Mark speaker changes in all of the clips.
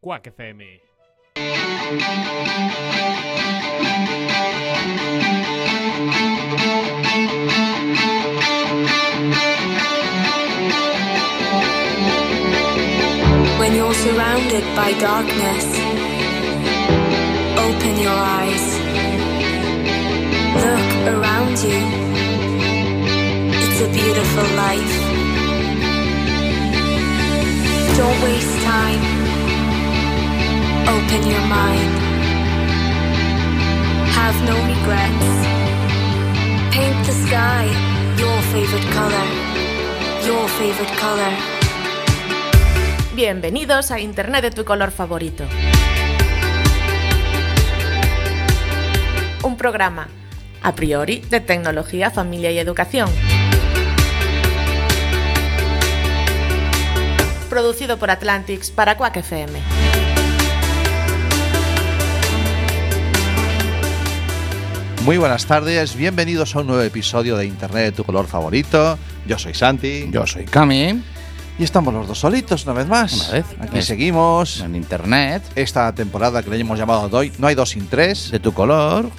Speaker 1: Quack FM.
Speaker 2: When you're surrounded by darkness, open your eyes. Look around you. It's a beautiful life. Don't waste time. Open your mind. Have no regrets. Paint the sky your favorite color. Your favorite color.
Speaker 3: Bienvenidos a Internet de tu color favorito. Un programa, a priori, de tecnología, familia y educación. Producido por Atlantics para Quack FM.
Speaker 4: Muy buenas tardes, bienvenidos a un nuevo episodio de Internet de tu color favorito. Yo soy Santi.
Speaker 5: Yo soy Cami,
Speaker 4: Y estamos los dos solitos una vez más.
Speaker 5: Una vez.
Speaker 4: Aquí
Speaker 5: Es-
Speaker 4: seguimos.
Speaker 5: en internet,
Speaker 4: Esta temporada que le hemos llamado Doy, no hay dos sin tres.
Speaker 5: de tu color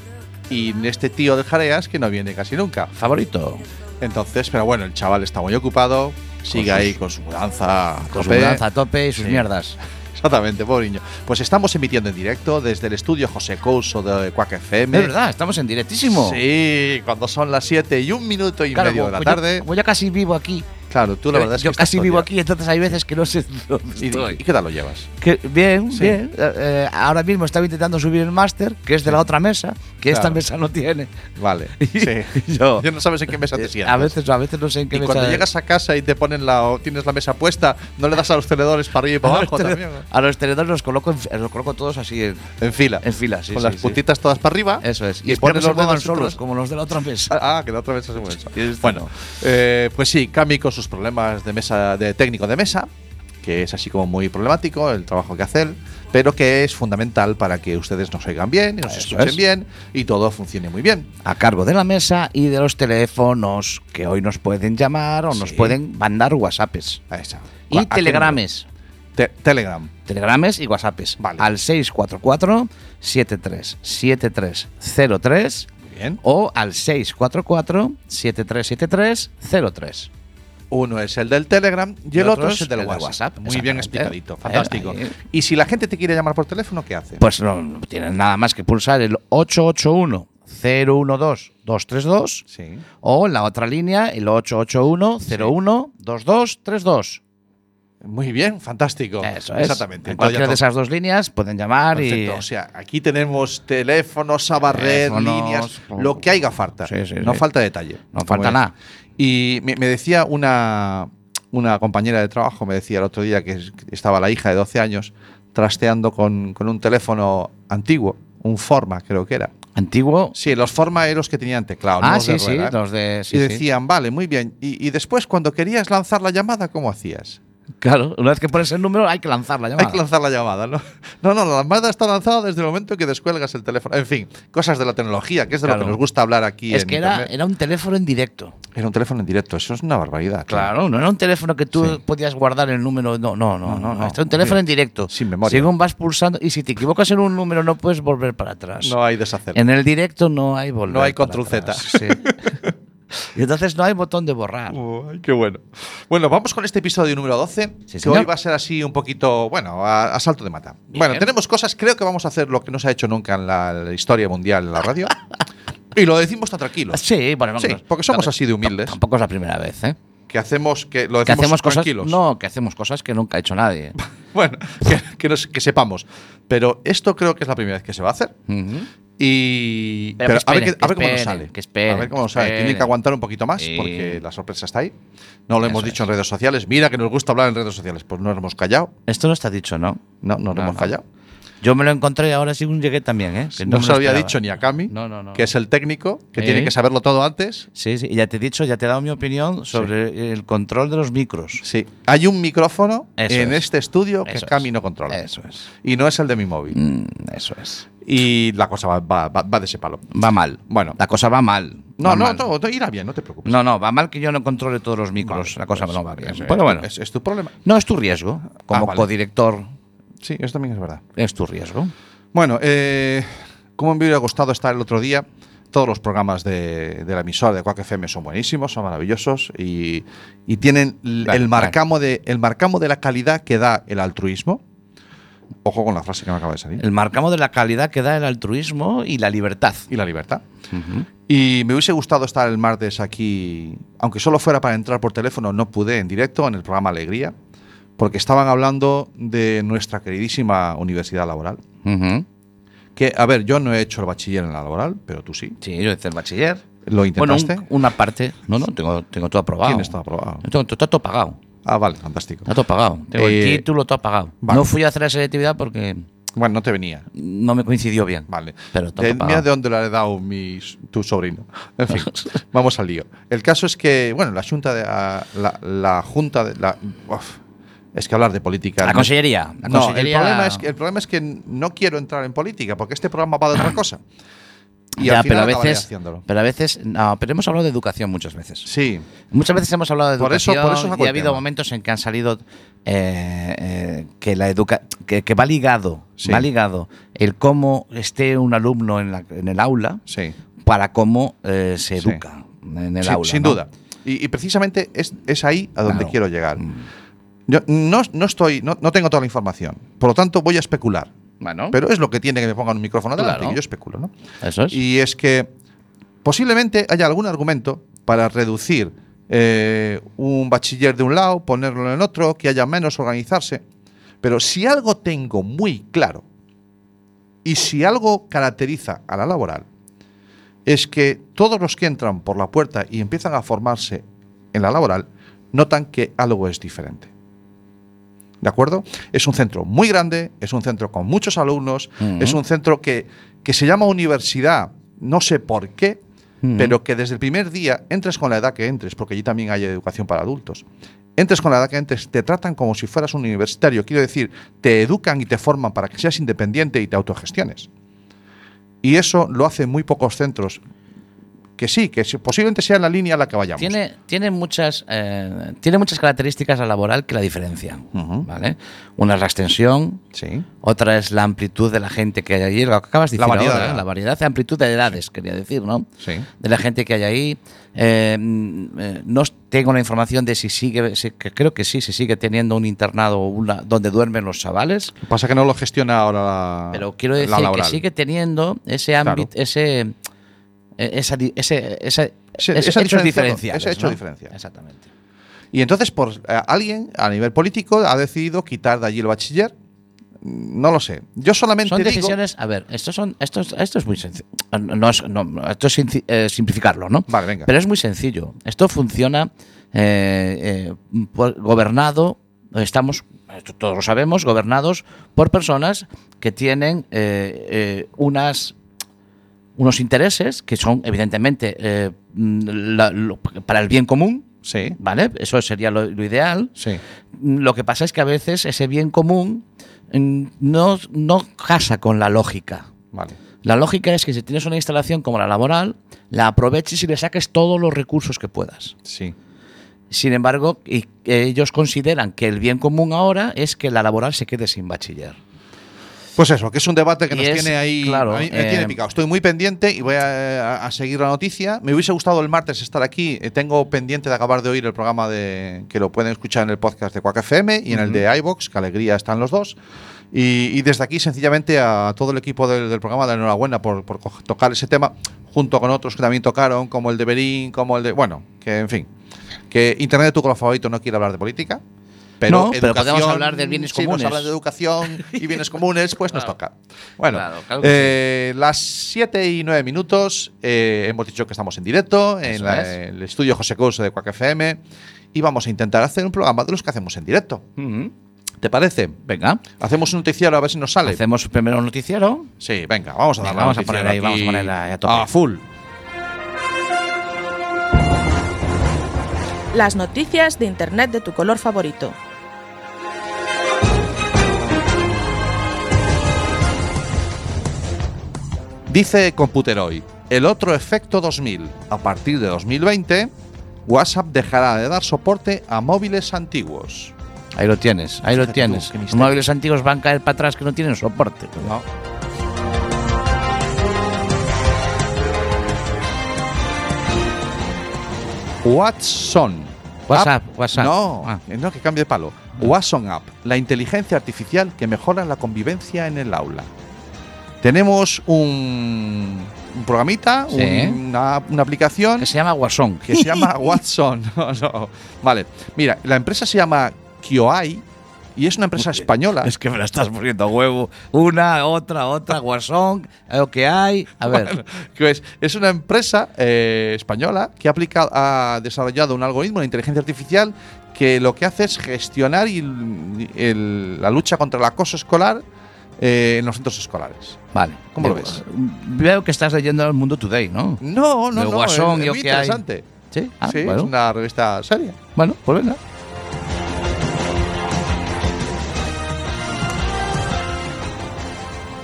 Speaker 4: Y este tío del Jareas que no viene casi nunca.
Speaker 5: favorito.
Speaker 4: Entonces, pero bueno, el chaval está muy ocupado. Sigue
Speaker 5: sus-
Speaker 4: ahí con su mudanza. a
Speaker 5: Con su
Speaker 4: tope.
Speaker 5: mudanza a tope y sus
Speaker 4: Sí.
Speaker 5: mierdas.
Speaker 4: Exactamente, pobre niño. Pues estamos emitiendo en directo desde el estudio José Couso de Quack FM.
Speaker 5: Es verdad, estamos en directísimo.
Speaker 4: Sí, cuando son las 7 y un minuto y
Speaker 5: Claro,
Speaker 4: medio
Speaker 5: como-
Speaker 4: de la
Speaker 5: como yo-
Speaker 4: tarde.
Speaker 5: como yo casi vivo aquí.
Speaker 4: Claro, tú la
Speaker 5: yo-
Speaker 4: verdad es que
Speaker 5: yo
Speaker 4: estás
Speaker 5: casi
Speaker 4: todo
Speaker 5: vivo
Speaker 4: el
Speaker 5: aquí, entonces hay veces que no sé
Speaker 4: día. ¿Y,
Speaker 5: dónde
Speaker 4: y
Speaker 5: estoy.
Speaker 4: qué tal lo llevas?
Speaker 5: Que- bien,
Speaker 4: Sí.
Speaker 5: bien. Eh, eh, ahora mismo estaba intentando subir el máster, que es de la otra mesa, que esta
Speaker 4: Claro.
Speaker 5: mesa no tiene.
Speaker 4: Vale. Sí.
Speaker 5: Yo-
Speaker 4: Ya no sabes en qué mesa te
Speaker 5: Eh,
Speaker 4: sientas.
Speaker 5: a veces, a veces no sé en qué
Speaker 4: y
Speaker 5: mesa.
Speaker 4: cuando llegas a casa y te ponen la o tienes la mesa puesta, no le das a los tenedores para arriba y para
Speaker 5: a los,
Speaker 4: abajo
Speaker 5: tele-
Speaker 4: también.
Speaker 5: a los tenedores los coloco, en- los coloco todos así en,
Speaker 4: En fila.
Speaker 5: en fila, sí,
Speaker 4: con
Speaker 5: sí,
Speaker 4: las
Speaker 5: sí.
Speaker 4: puntitas todas para arriba.
Speaker 5: Eso es.
Speaker 4: Y,
Speaker 5: Y,
Speaker 4: pones
Speaker 5: ponen
Speaker 4: los
Speaker 5: los
Speaker 4: dedos
Speaker 5: juegan
Speaker 4: entre los-
Speaker 5: solos, como los de la otra mesa.
Speaker 4: Ah, ah, que la otra mesa se mueve.
Speaker 5: Y esto
Speaker 4: Bueno,
Speaker 5: no.
Speaker 4: eh, pues sí, Cami con sus problemas de mesa, de técnico de mesa, que es así como muy problemático el trabajo que hace él, pero que es fundamental para que ustedes nos oigan bien, y nos
Speaker 5: Eso
Speaker 4: escuchen
Speaker 5: es.
Speaker 4: bien y todo funcione muy bien.
Speaker 5: A cargo de la mesa y de los teléfonos que hoy nos pueden llamar o nos
Speaker 4: Sí.
Speaker 5: pueden mandar WhatsApps.
Speaker 4: Ahí está. ¿A
Speaker 5: Y
Speaker 4: qué
Speaker 5: telegrames.
Speaker 4: número? Te- Telegram.
Speaker 5: Telegrames y WhatsApps.
Speaker 4: Vale.
Speaker 5: Al 644 737303
Speaker 4: Muy bien.
Speaker 5: o al 644 737303.
Speaker 4: Uno es el del Telegram y, el otro es el del
Speaker 5: de
Speaker 4: WhatsApp.
Speaker 5: WhatsApp,
Speaker 4: Muy bien
Speaker 5: exactamente.
Speaker 4: explicadito,
Speaker 5: Eh,
Speaker 4: fantástico.
Speaker 5: ahí.
Speaker 4: Y si la gente te quiere llamar por teléfono, ¿qué hace?
Speaker 5: Pues no, no tienen nada más que pulsar el 881 012 232
Speaker 4: sí.
Speaker 5: O la otra línea, el 881-01-2232.
Speaker 4: Muy bien, fantástico.
Speaker 5: Eso es.
Speaker 4: Exactamente.
Speaker 5: En
Speaker 4: Entonces ya
Speaker 5: cualquiera de
Speaker 4: todo-
Speaker 5: esas dos líneas pueden llamar
Speaker 4: Perfecto,
Speaker 5: y.
Speaker 4: o sea, aquí tenemos teléfonos, a barrer,
Speaker 5: Teléfonos,
Speaker 4: líneas,
Speaker 5: po-
Speaker 4: lo que haga falta.
Speaker 5: Sí, sí,
Speaker 4: no
Speaker 5: sí.
Speaker 4: falta detalle.
Speaker 5: No falta
Speaker 4: Bueno,
Speaker 5: nada.
Speaker 4: Y me, me decía una, una compañera de trabajo, me decía el otro día que es- que estaba la hija de 12 años trasteando con, con un teléfono antiguo, un Forma creo que era.
Speaker 5: Antiguo.
Speaker 4: Sí, los Forma eran los que tenían teclado. no
Speaker 5: ah,
Speaker 4: los
Speaker 5: sí,
Speaker 4: de
Speaker 5: sí,
Speaker 4: rueda, ¿eh?
Speaker 5: los de. sí,
Speaker 4: y
Speaker 5: sí.
Speaker 4: decían, vale, muy bien. Y, y después, cuando querías lanzar la llamada, ¿cómo hacías?
Speaker 5: Claro, una vez que pones el número hay que lanzar la llamada.
Speaker 4: Hay que lanzar la llamada, ¿no? No, no, la llamada está lanzada desde el momento que descuelgas el teléfono. En fin, cosas de la tecnología, que es de lo
Speaker 5: Claro.
Speaker 4: que nos gusta hablar aquí
Speaker 5: es
Speaker 4: en
Speaker 5: que era,
Speaker 4: Internet.
Speaker 5: era un teléfono en directo.
Speaker 4: Era un teléfono en directo, eso es una barbaridad.
Speaker 5: Claro, no era un teléfono que tú
Speaker 4: Sí.
Speaker 5: podías guardar el número. No, no, no, no. no,
Speaker 4: no.
Speaker 5: Este era un teléfono en directo.
Speaker 4: Sin memoria.
Speaker 5: Según vas pulsando. Y si te equivocas en un número, no puedes volver para atrás.
Speaker 4: No hay deshacer.
Speaker 5: En el directo no hay volver.
Speaker 4: No hay
Speaker 5: para
Speaker 4: control Z.
Speaker 5: atrás, sí. y entonces no hay botón de borrar.
Speaker 4: Uy, qué bueno. Bueno, vamos con este episodio número 12, que
Speaker 5: señor.
Speaker 4: hoy va a ser así un poquito, bueno, a, a salto de mata. Bueno, tenemos cosas, creo que vamos a hacer lo que no se ha hecho nunca en la, la historia mundial en la radio. y lo decimos tan tranquilos.
Speaker 5: Sí, bueno,
Speaker 4: Sí,
Speaker 5: vamos.
Speaker 4: porque somos
Speaker 5: Tamp-
Speaker 4: así de humildes,
Speaker 5: Tampoco es la primera vez, ¿eh?
Speaker 4: que hacemos que lo
Speaker 5: Que
Speaker 4: decimos
Speaker 5: hacemos cosas.
Speaker 4: tranquilos.
Speaker 5: No, que hacemos cosas que nunca ha hecho nadie.
Speaker 4: Bueno, que, que nos- que sepamos. Pero esto creo que es la primera vez que se va a hacer.
Speaker 5: Ujú.
Speaker 4: Y
Speaker 5: Pero que
Speaker 4: a, ver,
Speaker 5: esperen,
Speaker 4: qué- a ver
Speaker 5: que
Speaker 4: cómo nos
Speaker 5: esperen,
Speaker 4: sale.
Speaker 5: que esperen,
Speaker 4: a ver cómo nos
Speaker 5: que
Speaker 4: sale. Tiene que
Speaker 5: esperen.
Speaker 4: aguantar un poquito más
Speaker 5: Sí.
Speaker 4: porque la sorpresa está ahí. No lo hemos
Speaker 5: Eso
Speaker 4: dicho en redes sociales. Mira que nos gusta hablar en redes sociales. Pues no nos hemos callado.
Speaker 5: Esto no está dicho, ¿no?
Speaker 4: No, no nos
Speaker 5: No,
Speaker 4: hemos
Speaker 5: no.
Speaker 4: callado.
Speaker 5: Yo me lo encontré ahora según llegué también, ¿eh? Que
Speaker 4: No,
Speaker 5: me
Speaker 4: se
Speaker 5: lo
Speaker 4: lo había
Speaker 5: esperaba.
Speaker 4: dicho ni a Cami,
Speaker 5: No, no, no.
Speaker 4: que es el técnico, que
Speaker 5: Sí.
Speaker 4: tiene que saberlo todo antes.
Speaker 5: Sí, sí, y ya te he dicho, ya te he dado mi opinión sobre el control de los micros.
Speaker 4: Sí. Hay un micrófono
Speaker 5: Eso
Speaker 4: en
Speaker 5: es.
Speaker 4: este estudio que
Speaker 5: Eso es.
Speaker 4: Cami no controla.
Speaker 5: Eso es.
Speaker 4: Y no es el de mi móvil.
Speaker 5: Mm, eso es.
Speaker 4: Y la cosa va, va- va- va de ese palo.
Speaker 5: Va mal.
Speaker 4: Bueno.
Speaker 5: La cosa va mal.
Speaker 4: No,
Speaker 5: Va
Speaker 4: no,
Speaker 5: mal.
Speaker 4: todo, todo irá bien, no te preocupes.
Speaker 5: No, no, va mal que yo no controle todos los micros. la cosa no va bien.
Speaker 4: Eso es.
Speaker 5: Pero bueno.
Speaker 4: Es, es tu problema.
Speaker 5: No es tu riesgo como
Speaker 4: Ah, vale.
Speaker 5: codirector
Speaker 4: Sí, eso también es verdad.
Speaker 5: Es tu riesgo.
Speaker 4: Bueno, eh, como me hubiera gustado estar el otro día, todos los programas de, de la emisora de Quack FM son buenísimos, son maravillosos y, y tienen l-
Speaker 5: Vale,
Speaker 4: el,
Speaker 5: vale.
Speaker 4: marcamo de, el marcamo de la calidad que da el altruismo. Ojo con la frase que me acaba de salir.
Speaker 5: El marcamo de la calidad que da el altruismo y la libertad.
Speaker 4: y la libertad. Y me hubiese gustado estar el martes aquí, aunque solo fuera para entrar por teléfono, no pude en directo en el programa Alegría, porque estaban hablando de nuestra queridísima universidad laboral.
Speaker 5: Ujú.
Speaker 4: Que, a ver, yo no he hecho el bachiller en la laboral, pero tú sí.
Speaker 5: Sí, yo hice el bachiller.
Speaker 4: ¿Lo intentaste?
Speaker 5: Bueno, un- una parte. No, no, tengo, tengo todo aprobado.
Speaker 4: ¿Tienes todo aprobado?
Speaker 5: Yo Tengo, está todo pagado.
Speaker 4: Ah, vale, fantástico.
Speaker 5: Está todo pagado. Tengo
Speaker 4: Eh,
Speaker 5: el título todo pagado.
Speaker 4: vale.
Speaker 5: No fui a hacer la selectividad porque
Speaker 4: Bueno, no te venía.
Speaker 5: no me coincidió bien.
Speaker 4: Vale.
Speaker 5: Pero todo
Speaker 4: De-
Speaker 5: pagado.
Speaker 4: mira de dónde le ha dado mi, s- tu sobrino. En fin, vamos al lío. El caso es que, bueno, la Junta de. a- La, la Junta de. La, uf, es que hablar de política.
Speaker 5: La
Speaker 4: no-
Speaker 5: consellería. La
Speaker 4: No, el
Speaker 5: consellería-
Speaker 4: problema, es que, el problema es que no quiero entrar en política, porque este programa va de otra cosa. Y
Speaker 5: Ya,
Speaker 4: al final
Speaker 5: pero a
Speaker 4: acabaré
Speaker 5: veces.
Speaker 4: haciéndolo.
Speaker 5: Pero a veces. No, pero hemos hablado de educación muchas veces.
Speaker 4: Sí,
Speaker 5: Muchas veces hemos hablado de
Speaker 4: Por eso-
Speaker 5: educación
Speaker 4: por eso saco
Speaker 5: y
Speaker 4: el
Speaker 5: ha habido
Speaker 4: tema.
Speaker 5: momentos en que han salido eh, eh, que la educa que, que va ligado,
Speaker 4: Sí.
Speaker 5: va ligado el cómo esté un alumno en, la- en el aula
Speaker 4: sí.
Speaker 5: para cómo eh, se
Speaker 4: Sí.
Speaker 5: educa en el
Speaker 4: Sí,
Speaker 5: aula.
Speaker 4: sin
Speaker 5: ¿no?
Speaker 4: duda. Y, y precisamente es, es ahí a donde
Speaker 5: Claro. Mm.
Speaker 4: quiero llegar. Yo no, no estoy, no, no tengo toda la información. Por lo tanto, voy a especular.
Speaker 5: Bueno,
Speaker 4: Pero es lo que tiene que me pongan un micrófono delante,
Speaker 5: Claro.
Speaker 4: que yo especulo, ¿no?
Speaker 5: eso es.
Speaker 4: Y es que posiblemente haya algún argumento para reducir eh, un bachiller de un lado, ponerlo en otro, que haya menos organizarse. Pero si algo tengo muy claro y si algo caracteriza a la laboral, es que todos los que entran por la puerta y empiezan a formarse en la laboral notan que algo es diferente. ¿De acuerdo? Es un centro muy grande, es un centro con muchos alumnos,
Speaker 5: Ujú.
Speaker 4: es un centro que, que se llama universidad, no sé por qué,
Speaker 5: Ujú.
Speaker 4: pero que desde el primer día entres con la edad que entres, porque allí también hay educación para adultos. Entres con la edad que entres, te tratan como si fueras un universitario. Quiero decir, te educan y te forman para que seas independiente y te autogestiones. Y eso lo hacen muy pocos centros. Que sí, que sí- posiblemente sea la línea a la que vayamos.
Speaker 5: Tiene, tiene, muchas, eh, tiene muchas características la laboral que la diferencian.
Speaker 4: Ujú.
Speaker 5: ¿vale? Una es la extensión,
Speaker 4: Sí.
Speaker 5: otra es la amplitud de la gente que hay allí, lo que acabas de
Speaker 4: La
Speaker 5: decir
Speaker 4: variedad,
Speaker 5: ahora, ¿eh?
Speaker 4: ¿no?
Speaker 5: la variedad, la amplitud de edades, quería decir, ¿no?
Speaker 4: Sí.
Speaker 5: De la gente que hay ahí. Eh, mm, eh, no tengo la información de si sigue, si- que creo que sí, si sigue teniendo un internado o una, donde duermen los chavales,
Speaker 4: Lo que Pasa es que no lo gestiona ahora la.
Speaker 5: pero quiero
Speaker 4: la
Speaker 5: decir que
Speaker 4: laboral.
Speaker 5: sigue teniendo ese
Speaker 4: Claro.
Speaker 5: ámbito, ese, eh, esa, di- ese, ese,
Speaker 4: Ese-
Speaker 5: ese
Speaker 4: esa diferencia, ¿no?
Speaker 5: hechos diferenciales.
Speaker 4: Ese hecho
Speaker 5: ¿no?
Speaker 4: diferencial.
Speaker 5: Exactamente.
Speaker 4: Y entonces, por eh, alguien a nivel político ha decidido quitar de allí el bachiller. Mm, No lo sé. Yo solamente
Speaker 5: Son
Speaker 4: digo-
Speaker 5: decisiones, a ver, esto, son, esto, es- esto es muy sencillo. No es- no, esto es sinci- eh, simplificarlo, ¿no?
Speaker 4: Vale, venga.
Speaker 5: Pero es muy sencillo. Esto funciona eh, eh, por- gobernado, estamos, esto todos lo sabemos, gobernados por personas que tienen eh, eh, unas unos intereses que son evidentemente eh, mm, la- lo- para el bien común,
Speaker 4: Sí,
Speaker 5: ¿vale? Eso sería lo- lo ideal.
Speaker 4: sí.
Speaker 5: Lo que pasa es que a veces ese bien común mm, no, no casa con la lógica.
Speaker 4: Vale.
Speaker 5: La lógica es que si tienes una instalación como la laboral, la aproveches y le saques todos los recursos que puedas.
Speaker 4: Sí.
Speaker 5: Sin embargo, y- ellos consideran que el bien común ahora es que la laboral se quede sin bachiller.
Speaker 4: Pues eso, que es un debate que
Speaker 5: Y
Speaker 4: nos
Speaker 5: es-
Speaker 4: tiene ahí.
Speaker 5: claro,
Speaker 4: a mí me
Speaker 5: eh,
Speaker 4: tiene picado. Estoy muy pendiente y voy a, a- a seguir la noticia. Me hubiese gustado el martes estar aquí. Eh, Tengo pendiente de acabar de oír el programa de que lo pueden escuchar en el podcast de Quack FM y en el de iBox, que alegría están los dos. Y, y desde aquí, sencillamente, a todo el equipo del, del programa, de enhorabuena por, por co- tocar ese tema, junto con otros que también tocaron, como el de Berín, como el de. Bueno, que en fin. Que Internet de tu color favorito no quiere hablar de política. Pero,
Speaker 5: No, pero podemos
Speaker 4: educación-
Speaker 5: hablar de bienes
Speaker 4: sí, nos
Speaker 5: comunes.
Speaker 4: habla de educación y bienes comunes, pues nos toca. Bueno,
Speaker 5: Claro, claro que
Speaker 4: eh, las 7 y 9 minutos eh, hemos dicho que estamos en directo en
Speaker 5: Eso
Speaker 4: la-
Speaker 5: es.
Speaker 4: el estudio José Couso de Quack FM y vamos a intentar hacer un programa de los que hacemos en directo. ¿Te parece?
Speaker 5: Venga,
Speaker 4: Hacemos un noticiero a ver si nos sale.
Speaker 5: hacemos primero un noticiero.
Speaker 4: Sí, venga, vamos a
Speaker 5: Venga,
Speaker 4: darle
Speaker 5: vamos a
Speaker 4: noticiero
Speaker 5: poner ahí, vamos a
Speaker 4: aquí
Speaker 5: ponerla ahí a tope.
Speaker 4: full.
Speaker 3: Las noticias de Internet de tu color favorito.
Speaker 4: Dice Computeroy, el otro efecto 2000. A partir de 2020, WhatsApp dejará de dar soporte a móviles antiguos.
Speaker 5: Ahí lo tienes, ahí lo
Speaker 4: Fíjate tú,
Speaker 5: tienes.
Speaker 4: qué
Speaker 5: Los
Speaker 4: misterio.
Speaker 5: móviles antiguos van a caer para atrás que no tienen soporte.
Speaker 4: No. Watson.
Speaker 5: WhatsApp,
Speaker 4: App-
Speaker 5: WhatsApp.
Speaker 4: No,
Speaker 5: Ah.
Speaker 4: no, que cambie de palo. Watson App, la inteligencia artificial que mejora la convivencia en el aula. Tenemos un, un programita,
Speaker 5: Sí.
Speaker 4: un- una, una aplicación
Speaker 5: Que se llama Guasón.
Speaker 4: que se llama Watson. No, no. Vale, mira, la empresa se llama Kioai y es una empresa española.
Speaker 5: Es que me la estás poniendo a huevo. Una, otra, otra, Guasón, eh, lo que hay. A ver,
Speaker 4: que es, es una empresa eh, española que ha, aplicado, ha desarrollado un algoritmo de inteligencia artificial que lo que hace es gestionar y l- el- la lucha contra el acoso escolar eh, en los centros escolares.
Speaker 5: vale.
Speaker 4: ¿Cómo lo
Speaker 5: Eh,
Speaker 4: ves?
Speaker 5: Veo que estás leyendo el mundo today, ¿no?
Speaker 4: No, no,
Speaker 5: El
Speaker 4: no, es,
Speaker 5: Guasón y
Speaker 4: es
Speaker 5: lo
Speaker 4: muy
Speaker 5: que hay.
Speaker 4: interesante.
Speaker 5: Sí, ah,
Speaker 4: sí,
Speaker 5: bueno.
Speaker 4: es una revista seria.
Speaker 5: Bueno, pues venga.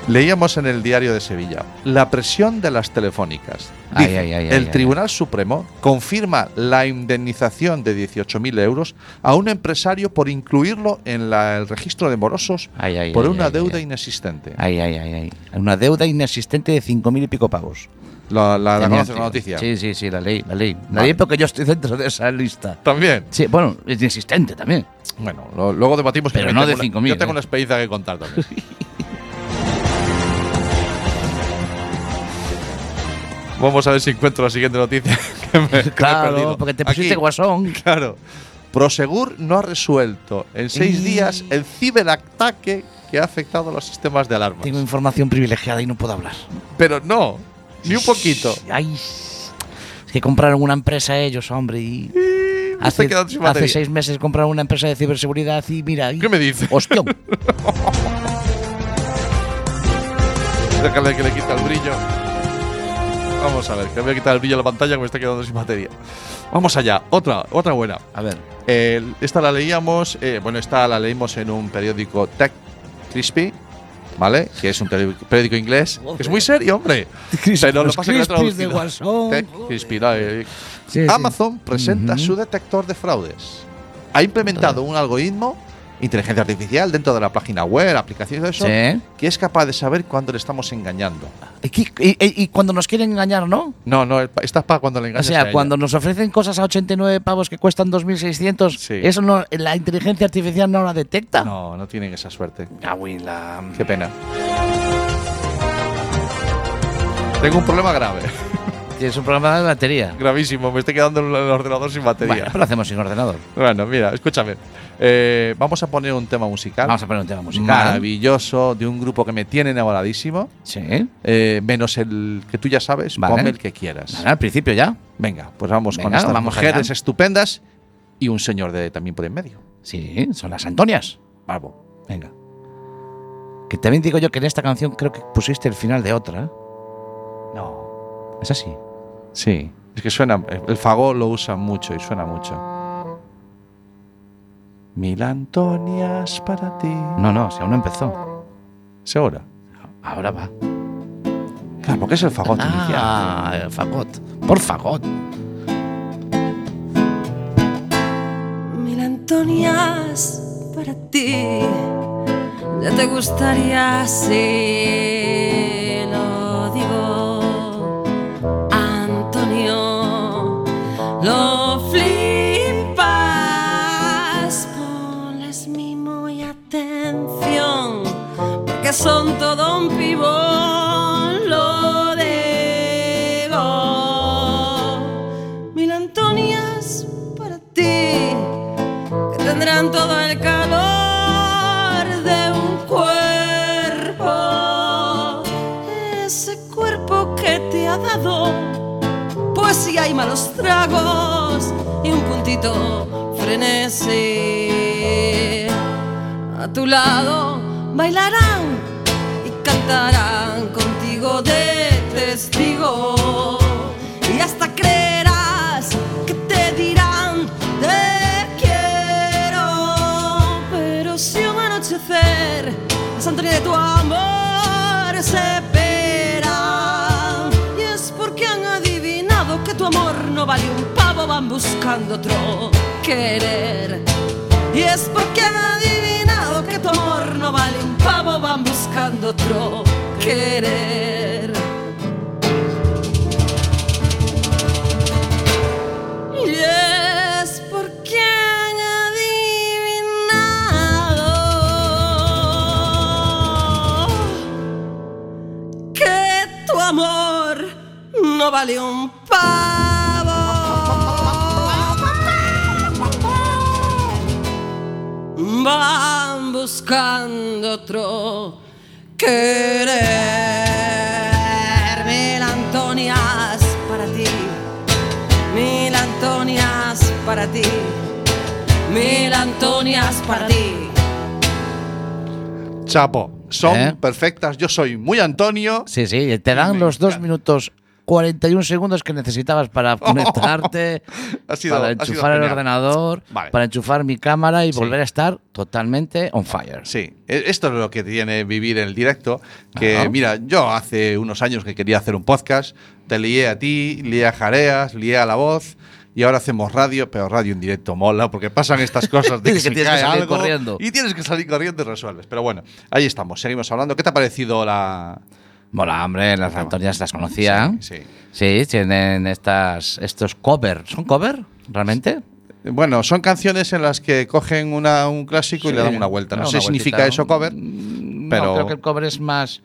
Speaker 4: Leíamos en el diario de Sevilla la presión de las telefónicas.
Speaker 5: Ay,
Speaker 4: Dice,
Speaker 5: ay, ay, ay,
Speaker 4: el
Speaker 5: ay,
Speaker 4: Tribunal Supremo confirma la indemnización de 18.000 euros a un empresario por incluirlo en la- el registro de morosos
Speaker 5: Ay, ay,
Speaker 4: por
Speaker 5: ay,
Speaker 4: una
Speaker 5: ay,
Speaker 4: deuda
Speaker 5: ay.
Speaker 4: inexistente.
Speaker 5: Ay, ay, ay, ay. Una deuda inexistente de cinco mil y pico pavos.
Speaker 4: La, la- la
Speaker 5: Tenía
Speaker 4: conoces
Speaker 5: el
Speaker 4: la
Speaker 5: tío.
Speaker 4: noticia.
Speaker 5: Sí, sí, sí, la ley, la ley. La
Speaker 4: Vale.
Speaker 5: ley porque yo estoy dentro de esa lista.
Speaker 4: También.
Speaker 5: Sí, bueno, es inexistente también.
Speaker 4: Bueno, lo- luego debatimos. que
Speaker 5: Pero
Speaker 4: yo
Speaker 5: no
Speaker 4: tengo
Speaker 5: de
Speaker 4: una-
Speaker 5: 5.000,
Speaker 4: Yo tengo
Speaker 5: ¿eh?
Speaker 4: una experiencia que contar también. Vamos a ver si encuentro la siguiente noticia que me, que me he perdido.
Speaker 5: Claro, porque te pusiste
Speaker 4: Aquí.
Speaker 5: guasón.
Speaker 4: Claro. Prosegur no ha resuelto en seis
Speaker 5: Y-
Speaker 4: días el ciberataque que ha afectado a los sistemas de alarmas.
Speaker 5: Tengo información privilegiada y no puedo hablar.
Speaker 4: Pero no, ni un poquito.
Speaker 5: Ay, es que compraron una empresa ellos, hombre. Y
Speaker 4: Me estoy
Speaker 5: hace,
Speaker 4: quedando sin
Speaker 5: hace
Speaker 4: batería.
Speaker 5: seis meses compraron una empresa de ciberseguridad y mira. y-
Speaker 4: ¿Qué me dices?
Speaker 5: Hostión. Oh.
Speaker 4: Déjale que le quita el brillo. Vamos a ver, que le voy a quitar el brillo a la pantalla que me está quedando sin batería. Vamos allá, otra, otra buena.
Speaker 5: A ver.
Speaker 4: El- esta la leíamos, eh, bueno, esta la leímos en un periódico Tech Crispy, ¿vale? Que es un periódico, periódico inglés. que es muy serio, hombre. Pero lo
Speaker 5: Los
Speaker 4: pasa que lo he
Speaker 5: Crispies de
Speaker 4: traducido.
Speaker 5: Guasón.
Speaker 4: Tech
Speaker 5: Joder.
Speaker 4: Crispy, no, eh,
Speaker 5: Sí, sí.
Speaker 4: Amazon presenta
Speaker 5: Ujú.
Speaker 4: su detector de fraudes. Ha implementado un algoritmo, inteligencia artificial, dentro de la página web, aplicaciones, todo eso,
Speaker 5: Sí.
Speaker 4: que es capaz de saber cuándo le estamos engañando.
Speaker 5: Y, y- y- y cuando nos quieren engañar, ¿no?
Speaker 4: No, no, estás para cuando le
Speaker 5: O
Speaker 4: engañas. a
Speaker 5: sea,
Speaker 4: ella.
Speaker 5: cuando nos ofrecen cosas a 89 pavos que cuestan 2.600,
Speaker 4: Sí.
Speaker 5: eso no, la inteligencia artificial no la detecta. Ah,
Speaker 4: No, no tienen esa suerte.
Speaker 5: Abuela.
Speaker 4: Qué pena. Tengo un problema grave,
Speaker 5: Tienes un programa de batería.
Speaker 4: gravísimo. Me estoy quedando en el ordenador sin
Speaker 5: Bueno,
Speaker 4: batería.
Speaker 5: pero lo hacemos sin ordenador.
Speaker 4: Bueno, mira, escúchame. Eh, vamos a poner un tema musical.
Speaker 5: Vamos a poner un tema musical.
Speaker 4: Maravilloso, de un grupo que me tiene enamoradísimo.
Speaker 5: Sí.
Speaker 4: Eh, menos el que tú ya sabes,
Speaker 5: Vale.
Speaker 4: ponme el que quieras.
Speaker 5: Nada, al principio ya.
Speaker 4: Venga, pues vamos con
Speaker 5: Venga,
Speaker 4: estas
Speaker 5: vamos
Speaker 4: mujeres
Speaker 5: allá.
Speaker 4: estupendas y un señor de también por en medio.
Speaker 5: Sí, son las Antonias.
Speaker 4: Vamos.
Speaker 5: Venga. Que también digo yo que en esta canción creo que pusiste el final de otra.
Speaker 4: No.
Speaker 5: Es así.
Speaker 4: Sí. Es que suena, el fagot lo usan mucho y suena mucho. Mil Antonias para ti.
Speaker 5: No, no, si aún no empezó.
Speaker 4: ¿Segura?
Speaker 5: Ahora va.
Speaker 4: Claro, porque es el fagot inicial.
Speaker 5: Ah, el fagot. Por fagot.
Speaker 1: Mil Antonias para ti, ya te gustaría si lo digo. Antonio, lo flipas, ponles mimo y atención, porque son todo un pibón, lo digo. Mil Antonias para ti que tendrán todo el calor de un cuerpo. Ese cuerpo que te ha dado poesía y malos tragos y un puntito frenesí. A tu lado bailarán y cantarán contigo de testigo. Y hasta creerás que te dirán te quiero. Pero si un anochecer es Antonio de tu amor se verá. Y es porque han adivinado que tu amor no vale un pavo, van buscando otro querer. Y es porque han adivinado que tu amor no vale un pavo, van buscando otro querer. Y es porque han adivinado que tu amor no vale un pavo. Van buscando otro querer. Mil Antonias para ti, mil Antonias para ti, mil Antonias para ti.
Speaker 4: Chapo. Son
Speaker 5: ¿Eh?
Speaker 4: perfectas. Yo soy muy Antonio.
Speaker 5: Sí, sí, te dan
Speaker 4: Me
Speaker 5: los dos
Speaker 4: encanta. Oh.
Speaker 5: minutos 41 segundos que necesitabas para conectarte,
Speaker 4: Ha sido-
Speaker 5: para
Speaker 4: ha sido
Speaker 5: enchufar el
Speaker 4: genial.
Speaker 5: ordenador,
Speaker 4: Vale.
Speaker 5: para enchufar mi cámara y
Speaker 4: Sí.
Speaker 5: volver a estar totalmente on fire.
Speaker 4: Sí, e- esto es lo que tiene vivir en directo. Que
Speaker 5: Ajá.
Speaker 4: mira, yo hace unos años que quería hacer un podcast, te lié a ti, lié a Jareas, lié a la voz. Y ahora hacemos radio, pero radio en directo mola porque pasan estas cosas de que,
Speaker 5: Que
Speaker 4: se
Speaker 5: tienes que
Speaker 4: cae
Speaker 5: salir
Speaker 4: algo
Speaker 5: corriendo.
Speaker 4: y tienes que salir corriendo y resuelves. Pero bueno, ahí estamos, seguimos hablando. ¿Qué te ha parecido la...?
Speaker 5: Mola, hombre, las Antonias Pues las conocía.
Speaker 4: Sí, sí.
Speaker 5: Sí, tienen estas, estos covers. ¿Son cover realmente?
Speaker 4: Bueno, son canciones en las que cogen una- un clásico y
Speaker 5: Sí.
Speaker 4: le dan una vuelta. No
Speaker 5: Ah,
Speaker 4: sé
Speaker 5: una
Speaker 4: si significa
Speaker 5: vueltita.
Speaker 4: eso cover,
Speaker 5: Mm,
Speaker 4: pero...
Speaker 5: No, creo que el cover es más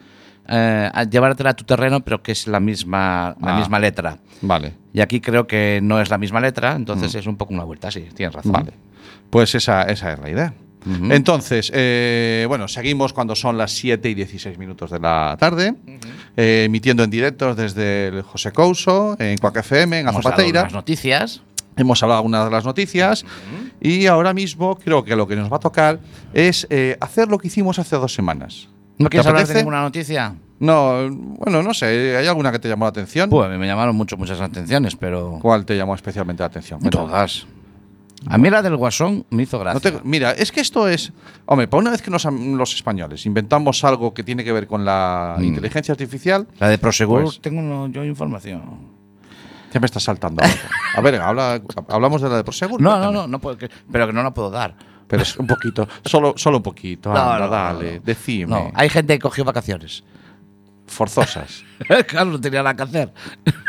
Speaker 5: eh, a llevártela a tu terreno, pero que es la misma, la
Speaker 4: Ah.
Speaker 5: misma letra.
Speaker 4: Vale.
Speaker 5: Y aquí creo que no es la misma letra, entonces es un poco una vuelta, sí, tienes razón.
Speaker 4: Vale. Pues esa, esa es la idea.
Speaker 5: Ujú.
Speaker 4: Entonces, eh, bueno, seguimos cuando son las 7 y 16 minutos de la tarde, eh, emitiendo en directos desde el José Couso, en Cuac FM, en
Speaker 5: Hemos dado
Speaker 4: Azopateira.
Speaker 5: Las noticias.
Speaker 4: Hemos hablado algunas de las noticias y ahora mismo creo que lo que nos va a tocar es eh, hacer lo que hicimos hace dos semanas.
Speaker 5: ¿No
Speaker 4: ¿Te
Speaker 5: quieres hablar de
Speaker 4: apetece?
Speaker 5: ninguna noticia?
Speaker 4: No, bueno, no sé, ¿hay alguna que te llamó la atención?
Speaker 5: Pues a mí me llamaron mucho, muchas atenciones, pero.
Speaker 4: ¿Cuál te llamó especialmente la atención? Cuéntame.
Speaker 5: Todas. A mí la del guasón me hizo
Speaker 4: No
Speaker 5: gracia.
Speaker 4: te- mira, es que esto es. Hombre, para una vez que nos, am- los españoles inventamos algo que tiene que ver con
Speaker 5: Mm.
Speaker 4: la inteligencia artificial,
Speaker 5: La de Prosegur,
Speaker 4: Pues-
Speaker 5: tengo uno- yo información.
Speaker 4: ya me está saltando. algo. A ver, habla- hablamos de la de Prosegur.
Speaker 5: No, no,
Speaker 4: cuéntame.
Speaker 5: no, no puedo, que- pero que no la puedo dar.
Speaker 4: Pero es un poquito, solo, solo un poquito.
Speaker 5: No,
Speaker 4: anda,
Speaker 5: no, no,
Speaker 4: dale,
Speaker 5: no.
Speaker 4: decime.
Speaker 5: No, hay gente que cogió vacaciones.
Speaker 4: Forzosas.
Speaker 5: claro, no tenía nada que hacer.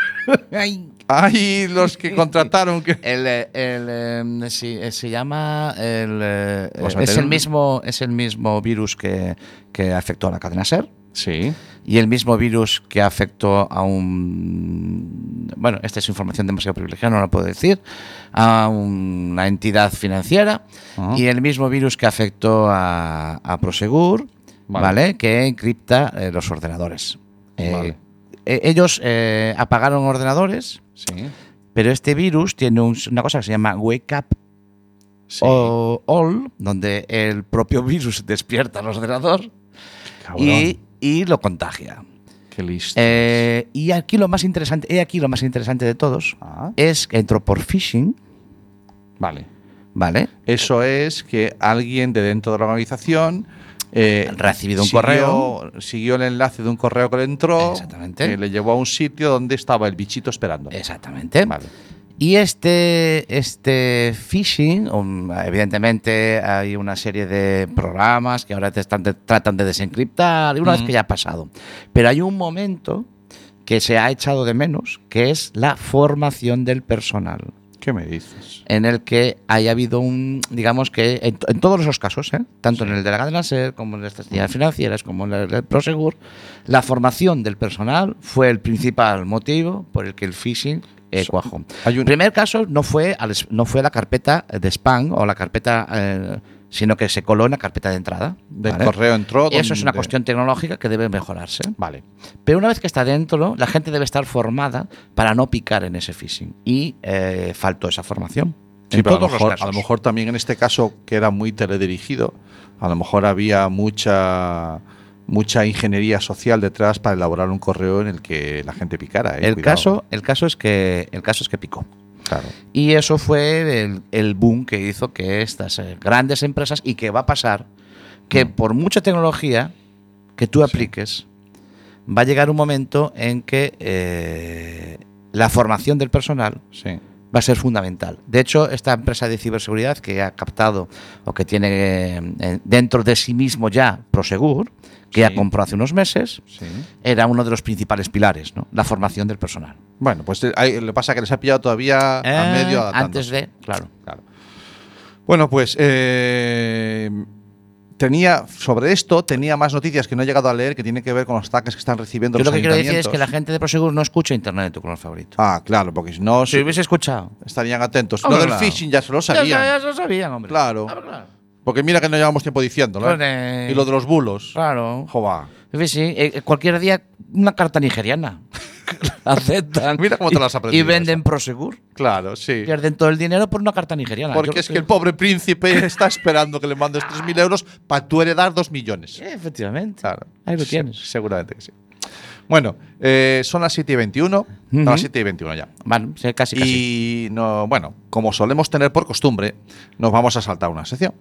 Speaker 5: Ay.
Speaker 4: Ay, los que contrataron que.
Speaker 5: El, eh, el, eh, si- eh, se llama el, eh,
Speaker 4: Vamos a
Speaker 5: es
Speaker 4: meter
Speaker 5: el
Speaker 4: un-
Speaker 5: mismo es el mismo virus que, que afectó a la cadena ser
Speaker 4: Sí.
Speaker 5: y el mismo virus que afectó a un bueno esta es información demasiado privilegiada no la puedo decir a una entidad financiera
Speaker 4: Ajá.
Speaker 5: y el mismo virus que afectó a, a Prosegur
Speaker 4: Vale.
Speaker 5: vale, que encripta eh, los ordenadores Eh,
Speaker 4: Vale.
Speaker 5: e- ellos eh, apagaron ordenadores
Speaker 4: Sí.
Speaker 5: pero este virus tiene un- una cosa que se llama Wake Up
Speaker 4: sí.
Speaker 5: o- All, donde el propio virus despierta al ordenador
Speaker 4: Cabrón,
Speaker 5: y, y lo contagia.
Speaker 4: Qué listo.
Speaker 5: Eh, y aquí lo más interesante, he aquí lo más interesante de todos,
Speaker 4: Ah,
Speaker 5: es que entró por phishing,
Speaker 4: vale.
Speaker 5: ¿vale?
Speaker 4: Eso es que alguien de dentro de la organización eh,
Speaker 5: Han recibido un
Speaker 4: siguió-
Speaker 5: correo.
Speaker 4: siguió el enlace de un correo que le entró,
Speaker 5: Exactamente.
Speaker 4: que le llevó a un sitio donde estaba el bichito esperando.
Speaker 5: Exactamente.
Speaker 4: Vale.
Speaker 5: Y este, este phishing, um, evidentemente hay una serie de programas que ahora te están te tratan de desencriptar, y una vez que ya ha pasado. Pero hay un momento que se ha echado de menos, que es la formación del personal,
Speaker 4: ¿Qué me dices?
Speaker 5: en el que haya habido un, digamos que en, to- en todos los casos, ¿eh? tanto en el de la cadena SER, como en estas entidades financieras, como en el de Prosegur, la formación del personal fue el principal motivo por el que el phishing eh,
Speaker 4: So-
Speaker 5: cuajó.
Speaker 4: Hay un-
Speaker 5: El primer caso no fue, al es- no fue la carpeta de spam o la carpeta, eh, sino que se coló en la carpeta de entrada.
Speaker 4: del
Speaker 5: ¿vale?
Speaker 4: correo entró.
Speaker 5: Eso es una
Speaker 4: donde-
Speaker 5: cuestión tecnológica que debe mejorarse.
Speaker 4: Vale.
Speaker 5: Pero una vez que está dentro, la gente debe estar formada para no picar en ese phishing. Y eh, faltó esa formación.
Speaker 4: Sí,
Speaker 5: en
Speaker 4: pero a lo,
Speaker 5: todos los
Speaker 4: mejor, a
Speaker 5: casos.
Speaker 4: lo mejor también en este caso, que era muy teledirigido, a lo mejor había mucha mucha ingeniería social detrás para elaborar un correo en el que la gente picara. ¿eh?
Speaker 5: el,
Speaker 4: Cuidado.
Speaker 5: caso, el, caso es que, el caso es que picó.
Speaker 4: Claro.
Speaker 5: Y eso fue el, el boom que hizo que estas eh, grandes empresas, y que va a pasar, que
Speaker 4: Mm.
Speaker 5: por mucha tecnología que tú apliques, va a llegar un momento en que eh, la formación del personal
Speaker 4: Sí.
Speaker 5: va a ser fundamental. De hecho, esta empresa de ciberseguridad que ha captado o que tiene eh, eh, dentro de sí mismo ya Prosegur, que ya
Speaker 4: Sí.
Speaker 5: compró hace unos meses,
Speaker 4: Sí.
Speaker 5: era uno de los principales pilares, ¿no? la formación del personal.
Speaker 4: Bueno, pues eh, ahí le pasa que les ha pillado todavía a
Speaker 5: Eh,
Speaker 4: medio adaptándose.
Speaker 5: antes de, claro.
Speaker 4: Claro. Bueno, pues eh, tenía sobre esto tenía más noticias que no he llegado a leer que tienen que ver con los ataques que están recibiendo
Speaker 5: Yo
Speaker 4: los
Speaker 5: lo que quiero decir es
Speaker 4: ayuntamientos.
Speaker 5: que la gente de Prosegur no escucha Internet de tu color favorito.
Speaker 4: Ah, claro, porque si no
Speaker 5: Si
Speaker 4: se-
Speaker 5: hubiese escuchado.
Speaker 4: estarían atentos.
Speaker 5: Hombre,
Speaker 4: lo del
Speaker 5: claro.
Speaker 4: phishing ya se lo
Speaker 5: Ya,
Speaker 4: sabían.
Speaker 5: ya lo sabían, hombre.
Speaker 4: Claro.
Speaker 5: Ah, claro.
Speaker 4: Porque mira que no llevamos tiempo diciéndolo. ¿eh?
Speaker 5: Hombre.
Speaker 4: Y lo de los bulos.
Speaker 5: Claro.
Speaker 4: Jova.
Speaker 5: Sí, sí, eh, cualquier día una carta nigeriana. Aceptan.
Speaker 4: Mira cómo te la has
Speaker 5: Y-
Speaker 4: aprendido
Speaker 5: Y venden Prosegur.
Speaker 4: Claro, sí.
Speaker 5: Pierden todo el dinero por una carta nigeriana.
Speaker 4: Porque
Speaker 5: Yo-
Speaker 4: es que el pobre príncipe está esperando que le mandes 3.000 euros para tú heredar 2 millones.
Speaker 5: Eh, efectivamente.
Speaker 4: Claro.
Speaker 5: Ahí lo
Speaker 4: Sí,
Speaker 5: tienes.
Speaker 4: seguramente que sí. Bueno, eh, son las 7 y 21. No,
Speaker 5: Ujú.
Speaker 4: las 7 y 21 ya.
Speaker 5: Bueno, sí, casi, casi.
Speaker 4: Y no, bueno, como solemos tener por costumbre, nos vamos a saltar una sección.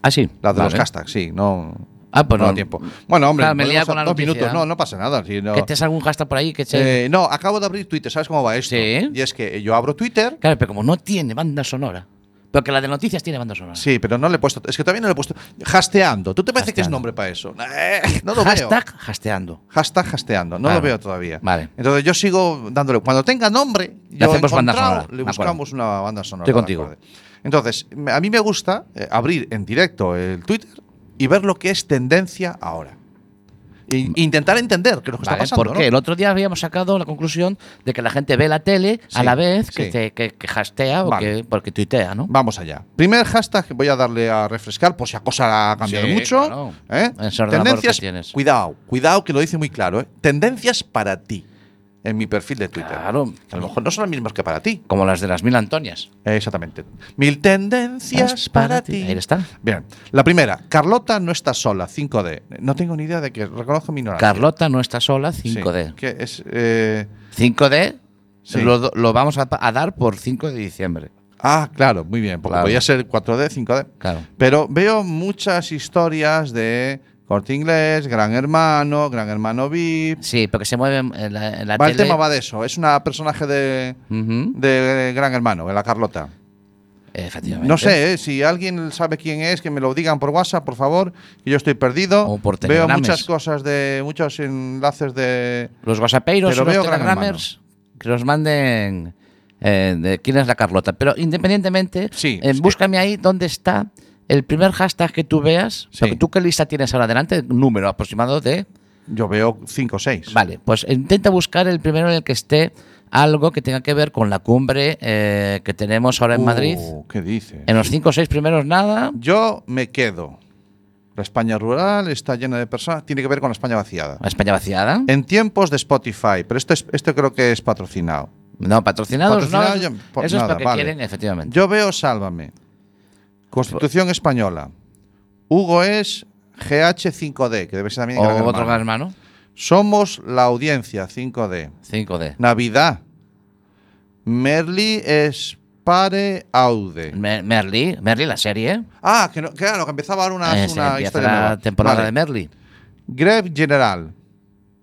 Speaker 5: Ah, sí.
Speaker 4: La de los
Speaker 5: Vale.
Speaker 4: hashtags, sí, no.
Speaker 5: Ah, pues
Speaker 4: no da
Speaker 5: no.
Speaker 4: tiempo. Bueno, hombre,
Speaker 5: Claro, me
Speaker 4: podemos
Speaker 5: liaba con
Speaker 4: a-
Speaker 5: la
Speaker 4: dos
Speaker 5: noticia.
Speaker 4: minutos, no, no pasa nada. si no-
Speaker 5: Que te salga un hashtag por ahí que se-
Speaker 4: Eh, no, acabo de abrir Twitter, ¿sabes cómo va esto?
Speaker 5: Sí.
Speaker 4: Y es que yo abro Twitter,
Speaker 5: Claro, pero como no tiene banda sonora. Porque la de noticias tiene banda sonora.
Speaker 4: sí, pero no le he puesto. Es que todavía no le he puesto. Hasteando. ¿Tú te parece que es
Speaker 5: Hasteando.
Speaker 4: nombre para eso? Eh, no lo veo.
Speaker 5: Hashtag hasteando.
Speaker 4: Hashtag hasteando, no
Speaker 5: Claro.
Speaker 4: lo veo todavía.
Speaker 5: Vale.
Speaker 4: Entonces yo sigo dándole. Cuando tenga nombre,
Speaker 5: Le
Speaker 4: yo
Speaker 5: hacemos banda
Speaker 4: encontrado,
Speaker 5: sonora,
Speaker 4: le
Speaker 5: me acuerdo.
Speaker 4: buscamos una banda sonora.
Speaker 5: Estoy
Speaker 4: de
Speaker 5: contigo.
Speaker 4: acorde. Entonces, me- a mí me gusta eh, abrir en directo el Twitter y ver lo que es tendencia ahora. E intentar entender qué es lo que
Speaker 5: Mm. Vale,
Speaker 4: Pues está pasando.
Speaker 5: porque el
Speaker 4: ¿no?
Speaker 5: otro día habíamos sacado la conclusión de que la gente ve la tele a
Speaker 4: Sí,
Speaker 5: la vez que,
Speaker 4: sí.
Speaker 5: te- que, que hastea o
Speaker 4: Vale.
Speaker 5: que porque tuitea, ¿no?
Speaker 4: Vamos allá. Primer hashtag que voy a darle a refrescar por si la cosa ha cambiado
Speaker 5: Sí,
Speaker 4: mucho.
Speaker 5: claro.
Speaker 4: ¿eh?
Speaker 5: Ese ordenador
Speaker 4: Tendencias.
Speaker 5: que tienes.
Speaker 4: Cuidado, cuidado que lo dice muy claro. ¿eh? Tendencias para ti en mi perfil de Twitter.
Speaker 5: Claro.
Speaker 4: A lo mejor no son las mismas que para ti.
Speaker 5: Como las de las mil Antonias.
Speaker 4: Exactamente. Mil tendencias para ti.
Speaker 5: Ahí está.
Speaker 4: Bien. La primera, Carlota no está sola, 5D. No tengo ni idea de que reconozco mi ignorancia.
Speaker 5: Carlota no está sola,
Speaker 4: Sí,
Speaker 5: 5D.
Speaker 4: que es, eh,
Speaker 5: 5D
Speaker 4: Sí.
Speaker 5: lo, do- lo vamos a, pa- a dar por 5 de diciembre.
Speaker 4: ah, claro, muy bien, porque
Speaker 5: Claro.
Speaker 4: podía ser 4D, 5D.
Speaker 5: Claro.
Speaker 4: Pero veo muchas historias de Corte Inglés, Gran Hermano, Gran Hermano VIP.
Speaker 5: Sí, porque se mueve en la, en la
Speaker 4: Va, el
Speaker 5: tele.
Speaker 4: tema va de eso. Es una personaje de,
Speaker 5: Ujú,
Speaker 4: de Gran Hermano, de la Carlota.
Speaker 5: Efectivamente.
Speaker 4: No sé, eh, si alguien sabe quién es, que me lo digan por WhatsApp, por favor, que yo estoy perdido.
Speaker 5: O por
Speaker 4: veo
Speaker 5: telegrames.
Speaker 4: muchas cosas de muchos enlaces de
Speaker 5: Los guasapeiros
Speaker 4: Pero
Speaker 5: y los
Speaker 4: veo Gran
Speaker 5: telegrammers que nos manden eh, de quién es la Carlota. Pero independientemente,
Speaker 4: Sí,
Speaker 5: eh,
Speaker 4: sí.
Speaker 5: búscame ahí dónde está el primer hashtag que tú veas.
Speaker 4: Sí.
Speaker 5: porque ¿Tú qué lista tienes ahora adelante? Número aproximado de...
Speaker 4: yo veo cinco o seis.
Speaker 5: Vale, pues intenta buscar el primero en el que esté algo que tenga que ver con la cumbre eh, que tenemos ahora en
Speaker 4: Uh,
Speaker 5: Madrid.
Speaker 4: ¿Qué dice?
Speaker 5: En los cinco o seis primeros nada.
Speaker 4: Yo me quedo. La España rural está llena de personas. Tiene que ver con la España vaciada.
Speaker 5: España vaciada.
Speaker 4: En tiempos de Spotify, pero esto, es, esto creo que es patrocinado.
Speaker 5: No, patrocinados no.
Speaker 4: Patrocinado, yo-
Speaker 5: Eso
Speaker 4: por-
Speaker 5: es
Speaker 4: nada,
Speaker 5: para que
Speaker 4: vale.
Speaker 5: quieren, efectivamente.
Speaker 4: Yo veo Sálvame. Constitución Española. Hugo es GH5D, que debe ser también
Speaker 5: o
Speaker 4: Gran
Speaker 5: otro
Speaker 4: Hermano.
Speaker 5: gran hermano.
Speaker 4: Somos la audiencia 5D.
Speaker 5: 5D.
Speaker 4: Navidad. Merli es pare aude.
Speaker 5: Me- Merly, Merly, la serie.
Speaker 4: Ah, que no- claro, que empezaba ahora una,
Speaker 5: Eh, se
Speaker 4: Ah, una
Speaker 5: empieza
Speaker 4: historia
Speaker 5: la
Speaker 4: nueva.
Speaker 5: temporada
Speaker 4: Vale.
Speaker 5: de Merly.
Speaker 4: Greve General.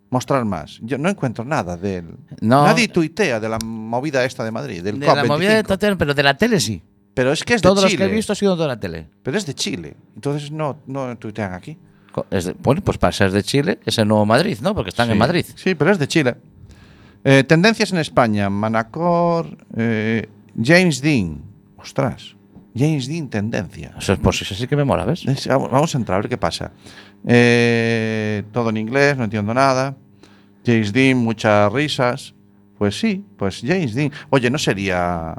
Speaker 4: Mostrar más. Yo no encuentro nada de él.
Speaker 5: No.
Speaker 4: Nadie tuitea de la movida esta de Madrid, del
Speaker 5: De
Speaker 4: COP25.
Speaker 5: la movida de Tatero, pero de la tele sí.
Speaker 4: Pero es que es de
Speaker 5: Todos los
Speaker 4: Chile.
Speaker 5: que he visto ha sido de la tele.
Speaker 4: Pero es de Chile. Entonces no, no tuitean aquí.
Speaker 5: Co- es de- bueno, pues para ser de Chile es el nuevo Madrid, ¿no? Porque están
Speaker 4: Sí.
Speaker 5: en Madrid.
Speaker 4: Sí, pero es de Chile. Eh, tendencias en España. Manacor. eh, James Dean. Ostras. James Dean, tendencia.
Speaker 5: Eso es por eso sí que me mola, ¿ves?
Speaker 4: Es- vamos- Vamos a entrar a ver qué pasa. Eh, todo en inglés, no entiendo nada. James Dean, muchas risas. Pues sí, pues James Dean. Oye, ¿no sería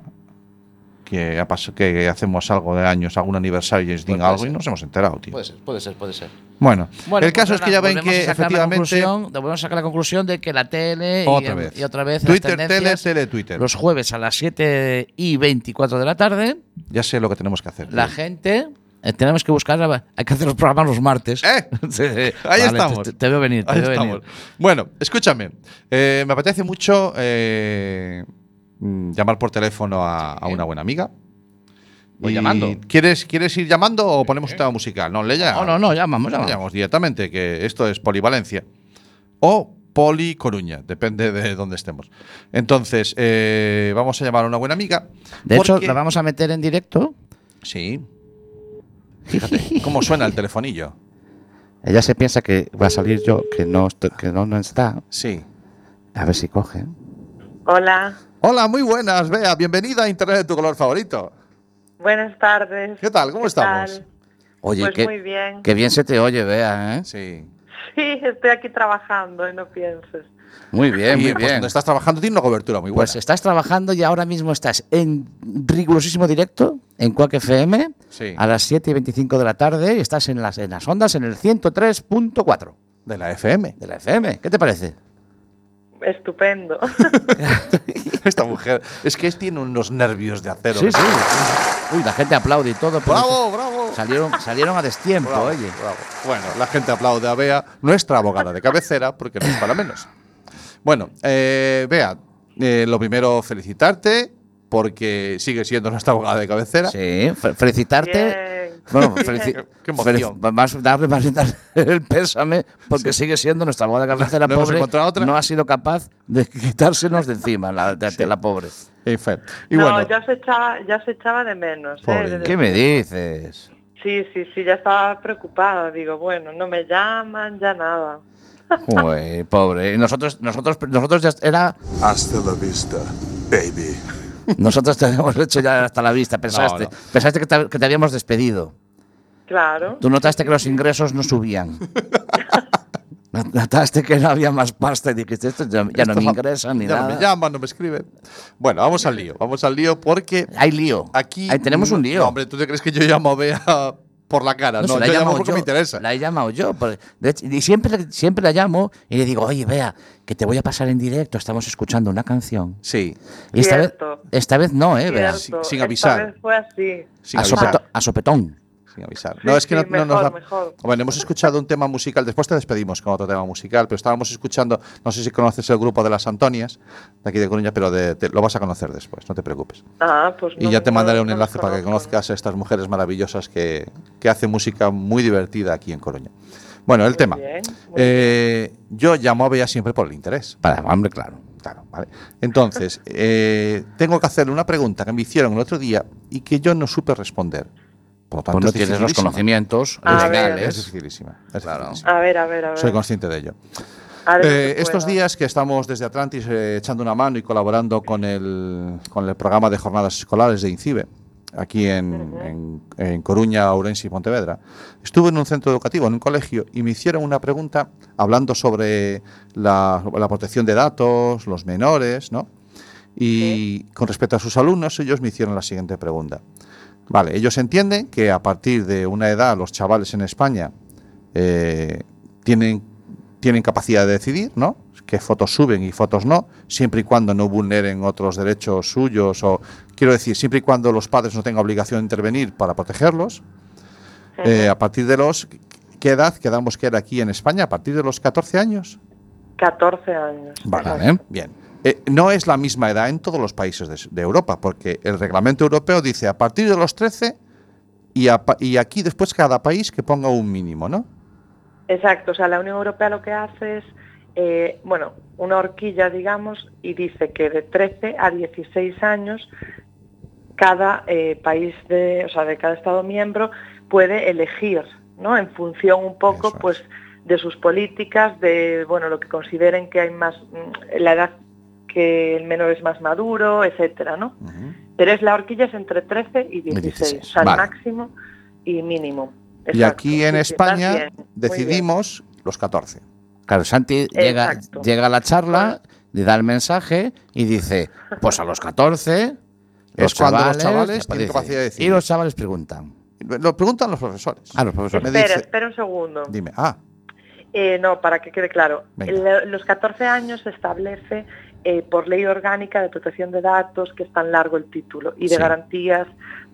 Speaker 4: que, ha pas- que hacemos algo de años, algún aniversario de James Dean,
Speaker 5: Pues Puede
Speaker 4: algo y
Speaker 5: ser.
Speaker 4: nos hemos enterado, tío?
Speaker 5: Puede ser, puede ser, puede ser.
Speaker 4: Bueno,
Speaker 5: Bueno,
Speaker 4: el
Speaker 5: pues
Speaker 4: caso es que ya
Speaker 5: nada,
Speaker 4: ven
Speaker 5: volvemos
Speaker 4: que
Speaker 5: a sacar la
Speaker 4: efectivamente.
Speaker 5: conclusión- Volvemos a sacar la conclusión de que la tele.
Speaker 4: Otra
Speaker 5: y,
Speaker 4: vez.
Speaker 5: y otra vez. las
Speaker 4: Twitter, tele,
Speaker 5: tendencias,
Speaker 4: tele, Twitter.
Speaker 5: Los jueves a las 7 y 24 de la tarde,
Speaker 4: Ya sé lo que tenemos que hacer.
Speaker 5: la gente. eh, tenemos que buscar. la- Hay que hacer los programas los martes.
Speaker 4: ¡Eh!
Speaker 5: Sí,
Speaker 4: Ahí
Speaker 5: vale,
Speaker 4: estamos.
Speaker 5: Te, te veo venir, te
Speaker 4: Ahí
Speaker 5: veo
Speaker 4: estamos.
Speaker 5: venir.
Speaker 4: Bueno, escúchame. eh, me apetece mucho eh, mm, llamar por teléfono a, a una buena amiga.
Speaker 5: Voy
Speaker 4: Y-
Speaker 5: llamando.
Speaker 4: ¿Quieres, ¿Quieres ir llamando o ponemos un tema musical? No, le
Speaker 5: No, no, no, llamamos,
Speaker 4: Le
Speaker 5: llamamos.
Speaker 4: llamamos directamente, que esto es polivalencia. O Poli Coruña, depende de dónde estemos. Entonces, eh, vamos a llamar a una buena amiga.
Speaker 5: De hecho,
Speaker 4: porque-
Speaker 5: la vamos a meter en directo.
Speaker 4: Sí. Fíjate cómo suena el telefonillo.
Speaker 5: Ella se piensa que va a salir yo, que no, estoy- que no, no está.
Speaker 4: Sí.
Speaker 5: A ver si coge.
Speaker 6: Hola,
Speaker 4: Hola, muy buenas, Bea. Bienvenida a Internet de tu color favorito.
Speaker 6: buenas tardes.
Speaker 4: ¿Qué tal? ¿Cómo estamos?
Speaker 6: tal?
Speaker 5: Oye,
Speaker 6: Pues
Speaker 5: qué,
Speaker 6: muy bien.
Speaker 5: qué bien se te oye, Bea, ¿eh?
Speaker 4: Sí.
Speaker 6: Sí, estoy aquí trabajando y no pienses.
Speaker 5: Muy bien,
Speaker 4: Y,
Speaker 5: muy
Speaker 4: pues,
Speaker 5: bien.
Speaker 4: donde estás trabajando tiene una cobertura muy buena.
Speaker 5: Pues estás trabajando y ahora mismo estás en rigurosísimo directo en Quack FM
Speaker 4: Sí.
Speaker 5: a las 7 y 25 de la tarde y estás en las, en las ondas en el 103.4
Speaker 4: de la FM.
Speaker 5: de la FM. ¿Qué te parece?
Speaker 6: Estupendo.
Speaker 4: Ah, Esta mujer es que tiene unos nervios de acero.
Speaker 5: sí, sí. Uy, la gente aplaude y todo. pero
Speaker 4: ¡Bravo, bravo!
Speaker 5: Salieron, salieron a destiempo,
Speaker 4: Bravo,
Speaker 5: oye.
Speaker 4: bravo. Bueno, la gente aplaude a Bea, nuestra abogada de cabecera, porque no es para menos. Bueno, eh, Bea, eh, lo primero felicitarte, porque sigue siendo nuestra abogada de cabecera.
Speaker 5: Sí, fe- felicitarte.
Speaker 6: Bien.
Speaker 5: Bueno,
Speaker 6: Bien.
Speaker 5: felici-
Speaker 4: Qué- qué emoción.
Speaker 5: felici- más darle, más darle el pésame, porque sigue siendo nuestra boda cabecera
Speaker 4: No hemos
Speaker 5: pobre.
Speaker 4: encontrado otra.
Speaker 5: No ha sido capaz de quitársenos de encima la, la- la pobre.
Speaker 4: En fin. Eh, Y
Speaker 6: No,
Speaker 4: bueno,
Speaker 6: ya se echaba, ya se echaba de menos. ¿eh?
Speaker 4: Pobre.
Speaker 6: Desde-
Speaker 5: ¿Qué me dices?
Speaker 6: Sí, sí, sí, ya estaba preocupada. Digo, bueno, no me llaman, ya nada.
Speaker 5: Uy, pobre. Y Nosotros, nosotros, nosotros ya era,
Speaker 7: Hasta la vista, baby.
Speaker 5: nosotros te habíamos hecho ya hasta la vista. Pensaste,
Speaker 4: No, no.
Speaker 5: pensaste que, te, que te habíamos despedido.
Speaker 6: Claro.
Speaker 5: Tú notaste que los ingresos no subían. Notaste que no había más pasta y dijiste, esto ya, ya no
Speaker 4: esto
Speaker 5: me
Speaker 4: va-
Speaker 5: ingresan ni
Speaker 4: ya
Speaker 5: nada.
Speaker 4: no me llaman, no me escriben. Bueno, vamos al lío, vamos al lío porque
Speaker 5: Hay lío.
Speaker 4: aquí...
Speaker 5: Ahí tenemos un lío.
Speaker 4: No, hombre, ¿tú te crees que yo llamo a Bea por la cara? No,
Speaker 5: se la he
Speaker 4: yo llamo
Speaker 5: llamado
Speaker 4: porque
Speaker 5: yo,
Speaker 4: me interesa.
Speaker 5: La he llamado yo. por- de hecho, y siempre, siempre la llamo y le digo, oye, vea, que te voy a pasar en directo, estamos escuchando una canción.
Speaker 4: Sí,
Speaker 5: Y esta vez,
Speaker 6: Cierto.
Speaker 5: esta vez no, ¿eh, Bea?
Speaker 6: Cierto,
Speaker 4: sin- sin
Speaker 6: esta
Speaker 4: avisar.
Speaker 6: vez fue así. Ah,
Speaker 4: sin
Speaker 5: a,
Speaker 4: avisar.
Speaker 5: sopeto- a sopetón.
Speaker 4: Sin avisar.
Speaker 6: Sí,
Speaker 4: No, es que
Speaker 6: sí,
Speaker 4: no, no nos
Speaker 6: mejor,
Speaker 4: da.
Speaker 6: mejor.
Speaker 4: Bueno, hemos escuchado un tema musical, después te despedimos con otro tema musical, pero estábamos escuchando, no sé si conoces el grupo de las Antonias, de aquí de Coruña, pero de- te- lo vas a conocer después, no te preocupes.
Speaker 6: Ah, pues
Speaker 4: Y
Speaker 6: no,
Speaker 4: ya te
Speaker 6: no,
Speaker 4: mandaré un
Speaker 6: no
Speaker 4: enlace
Speaker 6: los
Speaker 4: para que
Speaker 6: conozco,
Speaker 4: conozcas a estas mujeres maravillosas que, que hacen música muy divertida aquí en Coruña. Bueno, el tema.
Speaker 6: bien, muy
Speaker 4: Eh, yo llamo a Bea siempre por el interés.
Speaker 5: Para, hombre, claro.
Speaker 4: Claro, ¿vale? Entonces, eh, tengo que hacer una pregunta que me hicieron el otro día y que yo no supe responder. Por lo tanto,
Speaker 5: Pues no
Speaker 4: es
Speaker 5: tienes los
Speaker 4: dificilísima.
Speaker 5: conocimientos
Speaker 6: A
Speaker 4: Es-
Speaker 6: ver.
Speaker 4: Es
Speaker 5: legales.
Speaker 4: dificilísima. es
Speaker 5: Claro.
Speaker 4: dificilísima.
Speaker 6: ¿no? A ver, a ver, a ver.
Speaker 4: Soy consciente de ello.
Speaker 6: Haré lo que
Speaker 4: Eh, estos
Speaker 6: pueda.
Speaker 4: días que estamos desde Atlantis eh, echando una mano y colaborando con el, con el programa de jornadas escolares de INCIBE, aquí en, en- en Coruña, Ourense y Pontevedra, estuve en un centro educativo, en un colegio, y me hicieron una pregunta hablando sobre la, la protección de datos, los menores, ¿no? Y con respecto a sus alumnos, ellos me hicieron la siguiente pregunta. Vale, ellos entienden que a partir de una edad los chavales en España eh, tienen, tienen capacidad de decidir, ¿no? Qué fotos suben y fotos no, siempre y cuando no vulneren otros derechos suyos o, quiero decir, siempre y cuando los padres no tengan obligación de intervenir para protegerlos. Eh, a partir de los... ¿Qué edad quedamos que era aquí en España? ¿A partir de los 14 años?
Speaker 6: 14 años.
Speaker 5: Vale. ¿eh?
Speaker 4: Bien. Eh, no es la misma edad en todos los países de, de Europa, porque el reglamento europeo dice a partir de los 13 y, a pa- y aquí después cada país que ponga un mínimo, ¿no?
Speaker 6: Exacto, o sea, la Unión Europea lo que hace es, eh, bueno, una horquilla, digamos, y dice que de 13 a 16 años cada eh, país, de, o sea, de cada Estado miembro puede elegir, ¿no? En función un poco,
Speaker 4: Eso es.
Speaker 6: pues, de sus políticas, de, bueno, lo que consideren que hay más, mm, la edad que el menor es más maduro, etcétera, ¿no? Pero es la horquilla es entre 13 y 16, o sea, el
Speaker 4: vale.
Speaker 6: máximo y mínimo.
Speaker 4: Y
Speaker 6: Exacto,
Speaker 4: aquí en
Speaker 6: sí, sí, estás
Speaker 4: España
Speaker 6: bien, muy bien.
Speaker 4: decidimos los 14.
Speaker 5: Claro, Santi llega,
Speaker 6: Exacto.
Speaker 5: llega a la charla, le da el mensaje y dice, pues a los 14...
Speaker 4: Es cuando los chavales
Speaker 5: ya
Speaker 4: tienen
Speaker 5: dice,
Speaker 4: capacidad de decidir.
Speaker 5: Y los chavales preguntan.
Speaker 4: Lo preguntan los profesores.
Speaker 5: A los profesores.
Speaker 4: Me
Speaker 6: Espera,
Speaker 4: dice-
Speaker 6: espera un segundo.
Speaker 4: Dime, ah,
Speaker 6: Eh, no, para que quede claro.
Speaker 4: Venga.
Speaker 6: El- los 14 años se establece eh, por ley orgánica de protección de datos, que es tan largo el título, y de
Speaker 4: Sí.
Speaker 6: garantías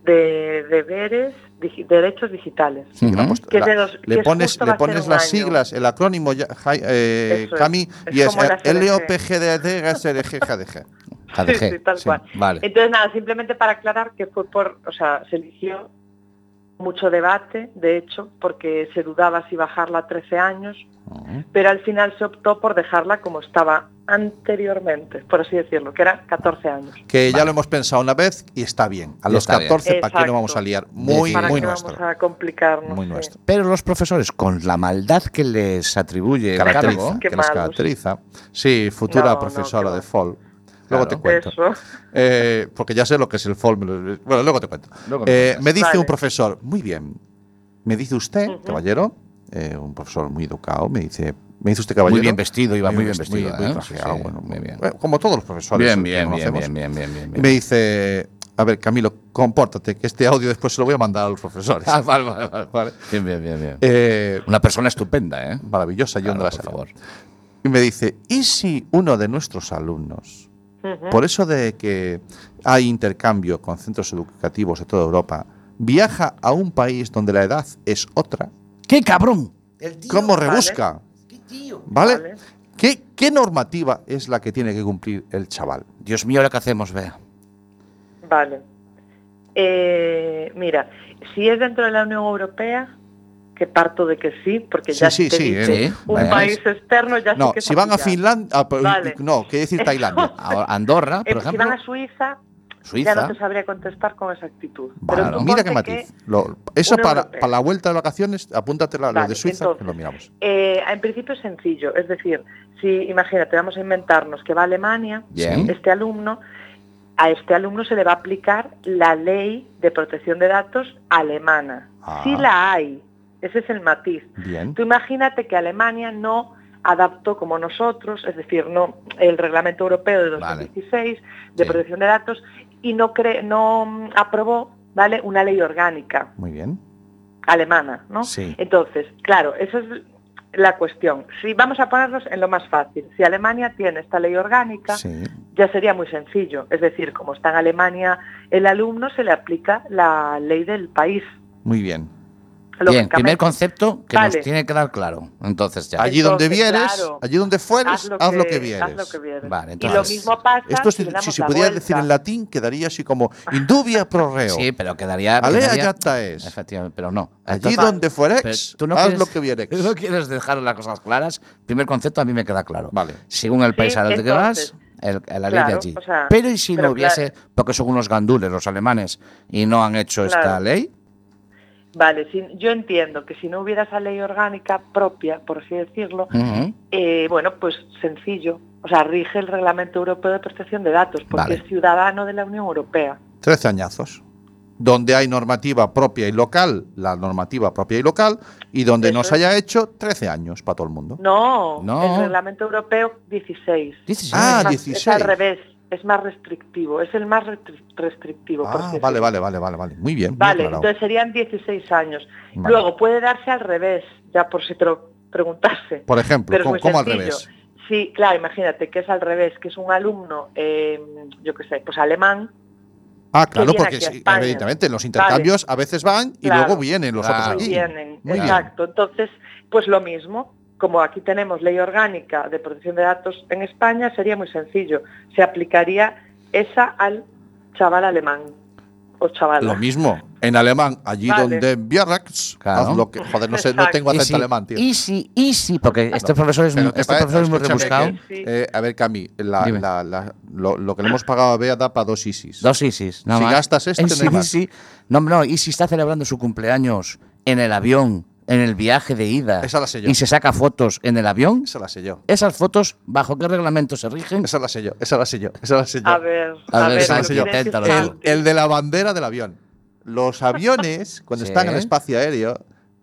Speaker 6: de deberes, digi- derechos digitales.
Speaker 4: sí, que
Speaker 5: Ujú.
Speaker 4: la post-
Speaker 6: Que es de
Speaker 4: la-
Speaker 6: los- que
Speaker 4: le
Speaker 6: es
Speaker 4: pones,
Speaker 6: justo
Speaker 4: le
Speaker 6: va a ser
Speaker 4: pones
Speaker 6: un
Speaker 4: las
Speaker 6: año.
Speaker 4: siglas, el acrónimo, ya- ja- eh,
Speaker 6: Eso es,
Speaker 4: Cami,
Speaker 6: es
Speaker 4: y es
Speaker 6: como la CDG.
Speaker 4: LOPGDDGSRGJDG.
Speaker 5: JDG,
Speaker 6: Sí, sí, tal cual. Eh,
Speaker 5: Vale.
Speaker 6: Entonces, nada, simplemente para aclarar que fue por, o sea, se eligió mucho debate, de hecho, porque se dudaba si bajarla a 13 años,
Speaker 5: Ah,
Speaker 6: pero al final se optó por dejarla como estaba anteriormente, por así decirlo, que era 14 años.
Speaker 4: Que ya lo hemos pensado una vez y está bien. A
Speaker 5: Y
Speaker 4: los
Speaker 5: está bien.
Speaker 4: 14, ¿para qué
Speaker 6: Exacto.
Speaker 4: no vamos a liar? Muy,
Speaker 6: ¿Para
Speaker 4: muy
Speaker 6: qué
Speaker 4: nuestro.
Speaker 6: vamos a complicarnos?
Speaker 4: Muy
Speaker 6: Sí.
Speaker 4: nuestro.
Speaker 5: Pero los profesores, con la maldad que les atribuye el
Speaker 4: Caracteriza,
Speaker 5: cargo,
Speaker 4: que
Speaker 6: Qué
Speaker 4: les
Speaker 6: malos.
Speaker 4: caracteriza. Sí, futura
Speaker 6: No, no,
Speaker 4: profesora
Speaker 6: qué Pues
Speaker 4: de
Speaker 6: va.
Speaker 4: FOL. Luego
Speaker 5: Claro.
Speaker 4: te cuento.
Speaker 6: Eso.
Speaker 4: Eh, porque ya sé lo que es el FOL. me lo- Bueno, luego te cuento.
Speaker 5: Luego me
Speaker 4: Eh,
Speaker 5: cuentas.
Speaker 4: me dice
Speaker 6: Vale.
Speaker 4: un profesor, muy bien, me dice usted, caballero, eh, un profesor muy educado, me dice, me dice usted, caballero.
Speaker 5: bien vestido, iba muy bien vestido,
Speaker 4: muy
Speaker 5: ¿eh?
Speaker 4: trajeado,
Speaker 5: Sí, sí,
Speaker 4: bueno,
Speaker 5: muy bien.
Speaker 4: bueno, Como todos los profesores.
Speaker 5: bien,
Speaker 4: que
Speaker 5: bien, bien,
Speaker 4: conocemos.
Speaker 5: bien, bien, bien, bien,
Speaker 4: Y me dice, a ver, Camilo, compórtate, que este audio después se lo voy a mandar a los profesores.
Speaker 5: Ah, vale, vale, vale.
Speaker 4: Vale.
Speaker 5: Bien, bien, bien, bien.
Speaker 4: Eh,
Speaker 5: Una persona estupenda, ¿eh?
Speaker 4: maravillosa, yo
Speaker 5: Claro,
Speaker 4: no la
Speaker 5: por
Speaker 4: sabía.
Speaker 5: favor.
Speaker 4: Y me dice, ¿y si uno de nuestros alumnos, por eso de que hay intercambio con centros educativos de toda Europa, viaja a un país donde la edad es otra?
Speaker 5: ¡Qué cabrón!
Speaker 4: ¿Cómo rebusca? ¿Vale? ¿Qué, qué normativa es la que tiene que cumplir el chaval?
Speaker 5: Dios mío, lo que hacemos, vea.
Speaker 6: Vale. Eh, mira, si es dentro de la Unión Europea, que parto de que sí, porque
Speaker 4: Sí,
Speaker 6: ya
Speaker 4: sí,
Speaker 6: te
Speaker 4: sí,
Speaker 6: dije,
Speaker 5: eh.
Speaker 6: un
Speaker 5: Vale.
Speaker 6: país externo ya
Speaker 4: No,
Speaker 6: sí que
Speaker 4: si van a
Speaker 6: fastidia.
Speaker 4: Finlandia. ah, pero-
Speaker 6: Vale.
Speaker 4: No, quiere decir Tailandia.
Speaker 5: Ahora, Andorra,
Speaker 6: Eh,
Speaker 5: por
Speaker 6: si
Speaker 5: ejemplo,
Speaker 6: van a Suiza,
Speaker 5: Suiza.
Speaker 6: ya no te sabría contestar con exactitud.
Speaker 4: Vale,
Speaker 6: Pero tú
Speaker 4: mira qué
Speaker 6: ponte
Speaker 4: matiz. Lo- eso
Speaker 6: una
Speaker 4: para,
Speaker 6: europea.
Speaker 4: para la vuelta de vacaciones, apúntatela a lo
Speaker 6: Vale,
Speaker 4: de Suiza,
Speaker 6: entonces,
Speaker 4: que lo miramos.
Speaker 6: eh, en principio es sencillo, es decir, si imagínate, vamos a inventarnos que va a Alemania,
Speaker 5: Bien.
Speaker 4: ¿Mm?
Speaker 6: este alumno, a este alumno se le va a aplicar la ley de protección de datos alemana.
Speaker 4: Ah.
Speaker 6: Si la hay, ese es el matiz.
Speaker 4: Bien.
Speaker 6: Tú imagínate que Alemania no adaptó como nosotros, es decir, no el reglamento europeo de
Speaker 5: Vale.
Speaker 6: 2016 de
Speaker 5: Sí.
Speaker 6: protección de datos y no cre- no mm, aprobó, ¿vale? una ley orgánica
Speaker 4: Muy bien.
Speaker 6: alemana, ¿no?
Speaker 4: Sí.
Speaker 6: Entonces, claro, esa es la cuestión. Si vamos a ponernos en lo más fácil, si Alemania tiene esta ley orgánica,
Speaker 4: Sí.
Speaker 6: ya sería muy sencillo, es decir, como está en Alemania el alumno se le aplica la ley del país.
Speaker 4: Muy bien.
Speaker 5: Bien,
Speaker 6: lógicamente.
Speaker 5: primer concepto que
Speaker 6: Vale.
Speaker 5: nos tiene que dar claro. Entonces ya.
Speaker 4: Allí donde
Speaker 6: Entonces,
Speaker 4: vieres,
Speaker 6: claro,
Speaker 4: allí donde fueres, haz lo que,
Speaker 6: vieres.
Speaker 4: vieres.
Speaker 6: Haz lo que vieres.
Speaker 5: Vale,
Speaker 6: y lo
Speaker 5: entonces,
Speaker 6: mismo pasa
Speaker 4: Esto
Speaker 6: si,
Speaker 4: si,
Speaker 6: le
Speaker 4: si
Speaker 6: damos
Speaker 4: se
Speaker 6: la
Speaker 4: pudiera
Speaker 6: vuelta.
Speaker 4: decir en latín, quedaría así como indubia pro reo.
Speaker 5: Sí, pero quedaría.
Speaker 4: Alea
Speaker 5: quedaría-
Speaker 4: yata es.
Speaker 5: Efectivamente, pero no.
Speaker 4: Allí
Speaker 5: Entonces-
Speaker 4: donde fuerex,
Speaker 5: Pero tú no
Speaker 4: haz
Speaker 5: quieres-
Speaker 4: lo que vierex.
Speaker 5: tú no quieres dejar las cosas claras. Primer concepto a mí me queda claro.
Speaker 4: Vale.
Speaker 5: Según el
Speaker 6: Sí,
Speaker 5: país al que vas,
Speaker 6: entonces,
Speaker 5: el, la ley de
Speaker 6: claro,
Speaker 5: allí.
Speaker 6: o sea,
Speaker 5: pero y si no
Speaker 6: pero
Speaker 5: hubiese, porque son unos gandules los alemanes y no han hecho esta
Speaker 6: Claro.
Speaker 5: ley.
Speaker 6: Vale, si- yo entiendo que si no hubiera esa ley orgánica propia, por así decirlo,
Speaker 5: Ujú.
Speaker 6: eh, bueno, pues sencillo. O sea, rige el Reglamento Europeo de Protección de Datos, porque
Speaker 5: Vale.
Speaker 6: es ciudadano de la Unión Europea.
Speaker 4: Trece añazos. Donde hay normativa propia y local, la normativa propia y local, y donde
Speaker 6: Eso
Speaker 4: nos
Speaker 6: es.
Speaker 4: haya hecho 13 años para todo el mundo.
Speaker 6: No,
Speaker 5: No.
Speaker 6: el Reglamento Europeo 16.
Speaker 5: Dices,
Speaker 4: Ah,
Speaker 6: Es más-
Speaker 4: 16.
Speaker 6: Es al revés, es más restrictivo, es el más restri- restrictivo. por
Speaker 4: Ah,
Speaker 6: así
Speaker 4: vale,
Speaker 6: decirlo.
Speaker 4: vale, vale, vale, vale. Muy bien. muy
Speaker 6: Vale,
Speaker 4: aclarado.
Speaker 6: entonces serían 16 años.
Speaker 4: Vale.
Speaker 6: Luego puede darse al revés, ya por si te lo preguntase.
Speaker 4: Por ejemplo,
Speaker 6: Pero es
Speaker 4: ¿cómo,
Speaker 6: muy
Speaker 4: cómo al
Speaker 6: sencillo.
Speaker 4: revés?
Speaker 6: Sí, claro, imagínate que es al revés, que es un alumno, eh, yo qué sé, pues alemán,
Speaker 4: Ah, claro,
Speaker 6: viene
Speaker 4: porque
Speaker 6: aquí a
Speaker 4: sí,
Speaker 6: España.
Speaker 4: evidentemente los intercambios a veces van y
Speaker 6: Claro.
Speaker 4: luego vienen los
Speaker 5: Claro.
Speaker 4: otros
Speaker 6: que
Speaker 4: aquí.
Speaker 6: vienen.
Speaker 4: Muy bien.
Speaker 6: Exacto. Entonces, pues lo mismo. Como aquí tenemos ley orgánica de protección de datos en España, sería muy sencillo. Se aplicaría esa al chaval alemán o chaval.
Speaker 4: Lo mismo, en alemán, allí
Speaker 6: Vale.
Speaker 4: donde Bierrax,
Speaker 5: Claro.
Speaker 4: haz lo que. Joder, no sé, no tengo
Speaker 5: Y
Speaker 4: acento
Speaker 5: si-
Speaker 4: alemán, tío.
Speaker 5: Y si, y si, porque este profesor es,
Speaker 4: Pero
Speaker 5: este
Speaker 4: te parece-
Speaker 5: profesor es muy
Speaker 4: escúchame,
Speaker 5: rebuscado.
Speaker 6: que- Sí.
Speaker 4: eh, a ver, Cami, la-
Speaker 5: Dime.
Speaker 4: la- la- lo, lo que le hemos pagado a Bea da para dos ISIS.
Speaker 5: Dos ISIS. nada
Speaker 4: Si
Speaker 5: más.
Speaker 4: gastas este,
Speaker 5: En
Speaker 4: no hay
Speaker 5: sí,
Speaker 4: más.
Speaker 5: sí. No, no, y si está celebrando su cumpleaños en el avión, en el viaje de ida,
Speaker 4: Esa la sé yo.
Speaker 5: y se saca fotos en el avión,
Speaker 4: Esa la sé yo.
Speaker 5: esas fotos, ¿bajo qué reglamento se rigen?
Speaker 4: Esa la sé yo. Esa la sé yo. Esa la sé yo.
Speaker 6: A ver,
Speaker 5: A
Speaker 6: a,
Speaker 5: ver,
Speaker 6: ver,
Speaker 5: Santi,
Speaker 6: lo tienes que
Speaker 5: inténtalo,
Speaker 6: saber.
Speaker 5: Santi.
Speaker 4: El, el de la bandera del avión. Los aviones, cuando
Speaker 5: Sí.
Speaker 4: están en el espacio aéreo,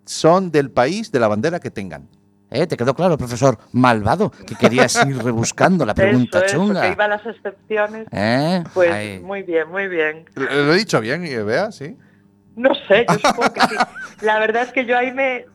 Speaker 4: son del país de la bandera que tengan.
Speaker 5: ¿Eh? ¿Te quedó claro, profesor malvado, que querías ir rebuscando la pregunta
Speaker 6: eso, eso,
Speaker 5: chunga?
Speaker 6: que iba a ¿eh? las excepciones.
Speaker 5: ¿Eh?
Speaker 6: Pues
Speaker 5: Ahí.
Speaker 6: muy bien, muy bien.
Speaker 4: Lo lo he dicho bien, eh, Bea, sí.
Speaker 6: No sé, yo supongo que sí. La verdad es que yo ahí me...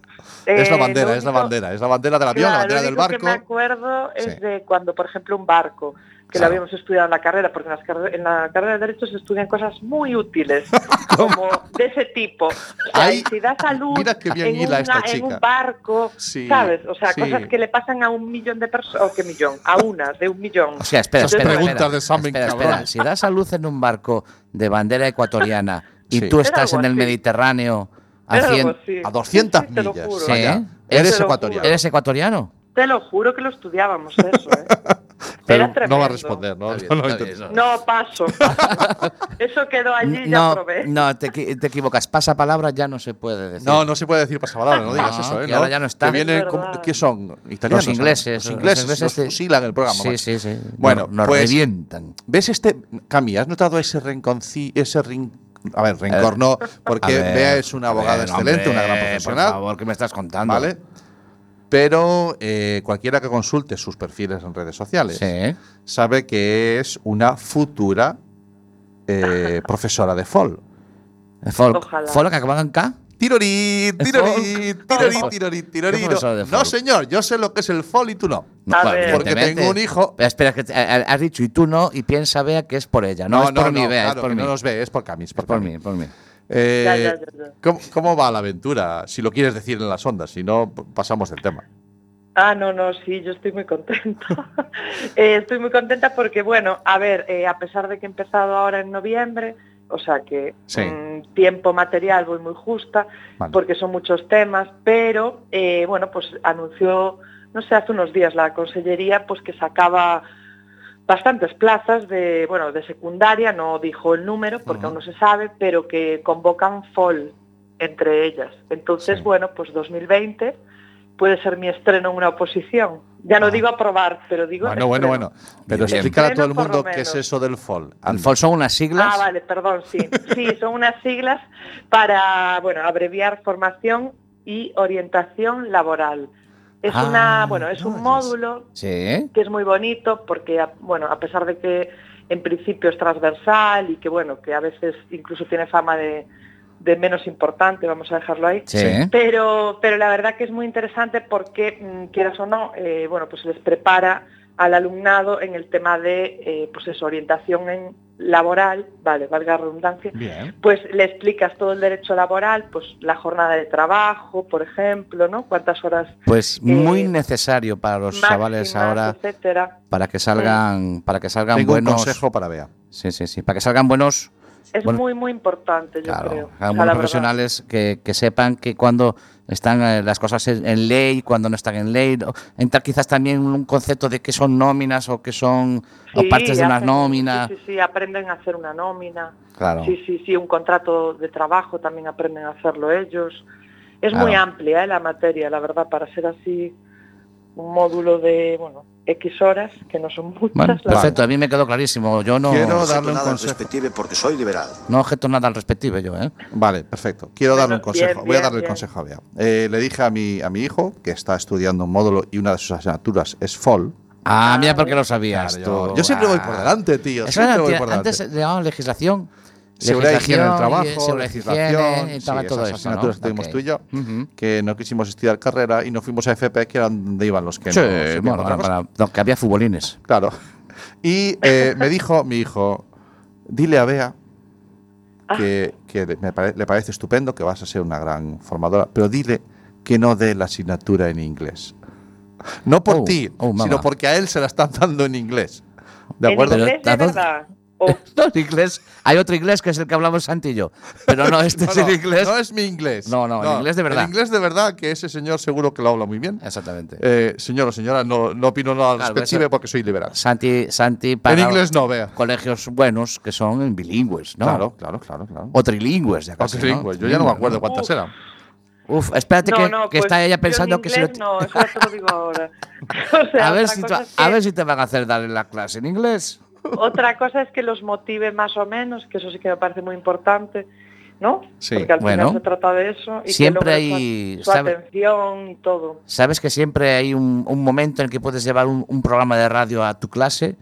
Speaker 4: es la
Speaker 6: eh,
Speaker 4: bandera,
Speaker 6: lo
Speaker 4: es la
Speaker 6: único-
Speaker 4: bandera. Es la bandera del avión,
Speaker 6: Claro,
Speaker 4: la bandera
Speaker 6: lo
Speaker 4: del
Speaker 6: único que me
Speaker 4: barco.
Speaker 6: acuerdo es
Speaker 4: Sí.
Speaker 6: de cuando, por ejemplo, un barco, que
Speaker 4: Claro.
Speaker 6: lo habíamos estudiado en la carrera, porque en, las carre- en la carrera de Derecho se estudian cosas muy útiles, como de ese tipo. O sea,
Speaker 4: Ay,
Speaker 6: si das a luz
Speaker 4: mira qué bien
Speaker 6: en,
Speaker 4: hila esta
Speaker 6: una- en
Speaker 4: chica.
Speaker 6: un barco,
Speaker 4: Sí,
Speaker 6: ¿sabes? O sea,
Speaker 4: sí.
Speaker 6: cosas que le pasan a un millón de personas, o que millón, a una, de un millón.
Speaker 5: O sea, espera,
Speaker 4: Esas
Speaker 5: espera,
Speaker 4: preguntas
Speaker 5: espera,
Speaker 4: de examen,
Speaker 5: espera,
Speaker 4: cabrón.
Speaker 5: espera. Si das a luz en un barco de bandera ecuatoriana y
Speaker 4: Sí.
Speaker 5: tú
Speaker 6: Era
Speaker 5: estás
Speaker 6: algo
Speaker 5: en el
Speaker 6: así.
Speaker 5: Mediterráneo a,
Speaker 6: Pero,
Speaker 5: 100
Speaker 6: pues, sí.
Speaker 4: a 200
Speaker 6: Sí, sí, te lo
Speaker 4: millas.
Speaker 6: juro,
Speaker 5: Sí,
Speaker 4: Vaya,
Speaker 5: ¿eh?
Speaker 4: eres
Speaker 6: Te lo
Speaker 4: ecuatoriano.
Speaker 5: ¿Eres ecuatoriano?
Speaker 6: Te lo juro que lo estudiábamos eso, ¿eh?
Speaker 4: Pero
Speaker 6: Era
Speaker 4: no va
Speaker 6: tremendo.
Speaker 4: a responder, ¿no?
Speaker 5: Está bien,
Speaker 4: No lo
Speaker 5: está
Speaker 4: intentes.
Speaker 5: bien, no.
Speaker 6: No, paso. Eso quedó allí, ya
Speaker 5: No,
Speaker 6: probé.
Speaker 5: no, te, equi- te equivas. Pasa palabra ya no se puede decir.
Speaker 4: No, no se puede decir pasapalabra, no digas
Speaker 5: No,
Speaker 4: eso, ¿eh?
Speaker 5: que ahora ya no está.
Speaker 4: Que vienen
Speaker 6: Es
Speaker 4: como-
Speaker 6: verdad.
Speaker 4: ¿Qué son? Italianos.
Speaker 5: Los
Speaker 4: ¿no?
Speaker 5: ingleses.
Speaker 4: Los ingleses. nos
Speaker 5: te-
Speaker 4: fusilan el programa.
Speaker 5: Sí,
Speaker 4: macho.
Speaker 5: sí, sí.
Speaker 4: Bueno,
Speaker 5: nos, nos
Speaker 4: pues-
Speaker 5: revientan.
Speaker 4: ¿Ves este. Cami, ¿has notado ese renconci... ese rin- A ver, rencor no, porque
Speaker 5: A ver,
Speaker 4: Bea es una
Speaker 5: a
Speaker 4: abogada
Speaker 5: ver,
Speaker 4: excelente, una gran
Speaker 5: hombre, Por
Speaker 4: profesional,
Speaker 5: favor, ¿qué me estás contando?
Speaker 4: ¿vale? Pero eh, cualquiera que consulte sus perfiles en redes sociales
Speaker 5: Sí.
Speaker 4: sabe que es una futura eh, profesora de FOL.
Speaker 5: Eh, Folk.
Speaker 6: Ojalá.
Speaker 5: Folk que acaban en K.
Speaker 4: Tirorí,
Speaker 5: ¿El
Speaker 4: tirorí,
Speaker 5: folk?
Speaker 4: tirorí,
Speaker 5: ¿Qué
Speaker 4: tirorí,
Speaker 5: profesora de
Speaker 4: tirorí. No,
Speaker 5: folk?
Speaker 4: señor, yo sé lo que es el FOL y tú no.
Speaker 5: No,
Speaker 6: A
Speaker 5: bueno,
Speaker 6: ver.
Speaker 4: Porque
Speaker 5: evidentemente.
Speaker 4: tengo un hijo.
Speaker 5: Pero espera, que te- a- a- has dicho y tú no, y piensa Bea que es por ella. No, es por mí, Bea,
Speaker 4: claro,
Speaker 5: es por
Speaker 4: que
Speaker 5: mí.
Speaker 4: no los ve, es por Cami, es por,
Speaker 5: Es por
Speaker 4: Cami.
Speaker 5: mí, por mí.
Speaker 4: Eh,
Speaker 6: Ya, ya, ya, ya.
Speaker 4: ¿cómo, cómo va la aventura? Si lo quieres decir en las ondas, si no, p- pasamos del tema.
Speaker 6: Ah, no, no, sí, yo estoy muy contenta. Eh, estoy muy contenta porque, bueno, a ver, eh, a pesar de que he empezado ahora en noviembre, o sea que
Speaker 4: Sí.
Speaker 6: mm, tiempo material voy muy justa,
Speaker 4: Vale.
Speaker 6: porque son muchos temas, pero, eh, bueno, pues anunció, no sé, hace unos días la consellería, pues que sacaba bastantes plazas de, bueno, de secundaria, no dijo el número porque aún no se sabe, pero que convocan FOL entre ellas. Entonces,
Speaker 4: Sí.
Speaker 6: bueno, pues 2020 puede ser mi estreno en una oposición. Ya no digo aprobar, pero digo...
Speaker 4: Ah. Bueno, bueno,
Speaker 6: estreno.
Speaker 4: bueno. Pero
Speaker 5: Bien.
Speaker 4: explícale a todo el
Speaker 6: Freno por
Speaker 4: mundo
Speaker 6: lo
Speaker 4: qué es
Speaker 6: menos.
Speaker 4: eso del FOL.
Speaker 5: El
Speaker 4: Anda.
Speaker 5: folk son unas siglas.
Speaker 6: Ah, vale, perdón, sí. Sí, son unas siglas para, bueno, abreviar formación y orientación laboral. Es
Speaker 5: Ah,
Speaker 6: una, bueno, es un
Speaker 5: no, ya sé.
Speaker 6: módulo
Speaker 5: Sí.
Speaker 6: que es muy bonito porque, a- bueno, a pesar de que en principio es transversal y que, bueno, que a veces incluso tiene fama de, de menos importante, vamos a dejarlo ahí.
Speaker 5: Sí.
Speaker 6: Pero, pero la verdad que es muy interesante porque, mm, quieras o no, eh, bueno, pues les prepara al alumnado en el tema de, eh, pues eso, orientación en laboral, vale, valga la redundancia,
Speaker 4: Bien.
Speaker 6: pues le explicas todo el derecho laboral, pues la jornada de trabajo, por ejemplo, ¿no? Cuántas horas
Speaker 5: Pues muy
Speaker 6: Eh,
Speaker 5: necesario para los chavales
Speaker 6: máximas,
Speaker 5: ahora
Speaker 6: etcétera.
Speaker 5: para que salgan para que salgan
Speaker 4: Tengo un
Speaker 5: buenos
Speaker 4: consejo para Bea.
Speaker 5: Sí, sí, sí, para que salgan buenos
Speaker 6: Es
Speaker 5: bueno,
Speaker 6: muy, muy importante, yo
Speaker 5: Claro,
Speaker 6: creo. O sea,
Speaker 5: hagan
Speaker 6: la
Speaker 5: buenos
Speaker 6: verdad.
Speaker 5: profesionales que, que sepan que cuando están eh, las cosas en, en ley, cuando no están en ley, o entrar quizás también un concepto de que son nóminas o que son o
Speaker 6: Sí,
Speaker 5: partes de unas
Speaker 6: hacen-
Speaker 5: nóminas.
Speaker 6: Sí, sí, sí, aprenden a hacer una nómina.
Speaker 5: Claro.
Speaker 6: Sí, sí, sí, un contrato de trabajo también aprenden a hacerlo ellos. Es
Speaker 5: Claro.
Speaker 6: muy amplia eh, la materia, la verdad, para ser así un módulo de, bueno, X horas, que no son muchas.
Speaker 5: Bueno,
Speaker 6: la
Speaker 5: perfecto, a mí me quedó clarísimo. Yo no,
Speaker 4: Quiero
Speaker 8: acepto
Speaker 4: darle un
Speaker 8: nada al
Speaker 4: consejo.
Speaker 8: respective porque soy liberal.
Speaker 5: no objeto nada al respectivo yo, ¿eh?
Speaker 4: Vale, perfecto. Quiero darle un
Speaker 6: Bueno, bien,
Speaker 4: consejo. Voy a
Speaker 6: bien,
Speaker 4: darle el
Speaker 6: bien.
Speaker 4: consejo a Bea. Eh, le dije a mi, a mi hijo, que está estudiando un módulo y una de sus asignaturas es FOL.
Speaker 5: Ah, mira porque lo sabías
Speaker 4: Claro, yo,
Speaker 5: tú.
Speaker 4: yo siempre voy por
Speaker 5: Ah.
Speaker 4: delante, tío.
Speaker 5: Eso
Speaker 4: Siempre
Speaker 5: era
Speaker 4: voy
Speaker 5: anti-
Speaker 4: por delante.
Speaker 5: antes llamaban legislación.
Speaker 4: Seguridad y higiene en el
Speaker 5: Legislación
Speaker 4: trabajo,
Speaker 5: y, eh, seguridad y higiene,
Speaker 4: legislación,
Speaker 5: y
Speaker 4: sí,
Speaker 5: estaba todo
Speaker 4: esas
Speaker 5: eso,
Speaker 4: asignaturas
Speaker 5: ¿no?
Speaker 4: que tuvimos
Speaker 5: Ok.
Speaker 4: tú y yo,
Speaker 5: Ujú.
Speaker 4: que no quisimos estudiar carrera y nos fuimos a FP, que era donde iban los que
Speaker 5: Sí,
Speaker 4: no sabían
Speaker 5: bueno,
Speaker 4: otra
Speaker 5: para,
Speaker 4: cosa.
Speaker 5: no, que había futbolines.
Speaker 4: Claro. Y eh, me dijo mi hijo, dile a Bea
Speaker 6: Ah.
Speaker 4: que, que le, me pare- le parece estupendo, que vas a ser una gran formadora, pero dile que no dé la asignatura en inglés. No por
Speaker 5: Oh,
Speaker 4: ti,
Speaker 5: oh, mamá.
Speaker 4: sino porque a él se la están dando en inglés. ¿De
Speaker 6: ¿En
Speaker 4: acuerdo?
Speaker 6: inglés de
Speaker 5: Pero-
Speaker 6: verdad? O-
Speaker 5: No, en inglés. Hay otro inglés que es el que hablamos Santi y yo. Pero no, este es
Speaker 4: No, no,
Speaker 5: el inglés.
Speaker 4: No es mi inglés.
Speaker 5: No, no, el inglés de verdad.
Speaker 4: El inglés de verdad, que ese señor seguro que lo habla muy bien.
Speaker 5: Exactamente.
Speaker 4: Eh, señor o señora, no, no opino nada al
Speaker 5: Claro,
Speaker 4: respective
Speaker 5: eso-
Speaker 4: porque soy liberal.
Speaker 5: Santi, Santi para
Speaker 4: En inglés no, vea.
Speaker 5: colegios buenos que son bilingües, ¿no?
Speaker 4: Claro, claro, claro, claro.
Speaker 5: O trilingües, ya
Speaker 4: O
Speaker 5: casi,
Speaker 4: trilingüe, pues Yo ya no me acuerdo cuántas
Speaker 6: Uf.
Speaker 4: eran.
Speaker 5: Uf, espérate
Speaker 6: No,
Speaker 5: que,
Speaker 6: no,
Speaker 5: que
Speaker 6: pues
Speaker 5: está
Speaker 6: yo
Speaker 5: ella
Speaker 6: en
Speaker 5: pensando que si lo
Speaker 6: inglés
Speaker 5: ti-
Speaker 6: No, eso ya te lo digo ahora. O sea,
Speaker 5: a, ver
Speaker 6: otra
Speaker 5: si
Speaker 6: cosa
Speaker 5: te-
Speaker 6: es
Speaker 5: a
Speaker 6: que-
Speaker 5: ver si te van a hacer dar en la clase en inglés.
Speaker 6: Otra cosa es que los motive más o menos, que eso sí que me parece muy importante, ¿no?
Speaker 4: Sí,
Speaker 6: Porque al
Speaker 5: bueno.
Speaker 6: final se trata de eso. Y que
Speaker 5: Siempre
Speaker 6: logren
Speaker 5: hay-
Speaker 6: Su, su
Speaker 5: sabe-
Speaker 6: atención y todo.
Speaker 5: Sabes que siempre hay un, un momento en el que puedes llevar un, un programa de radio a tu clase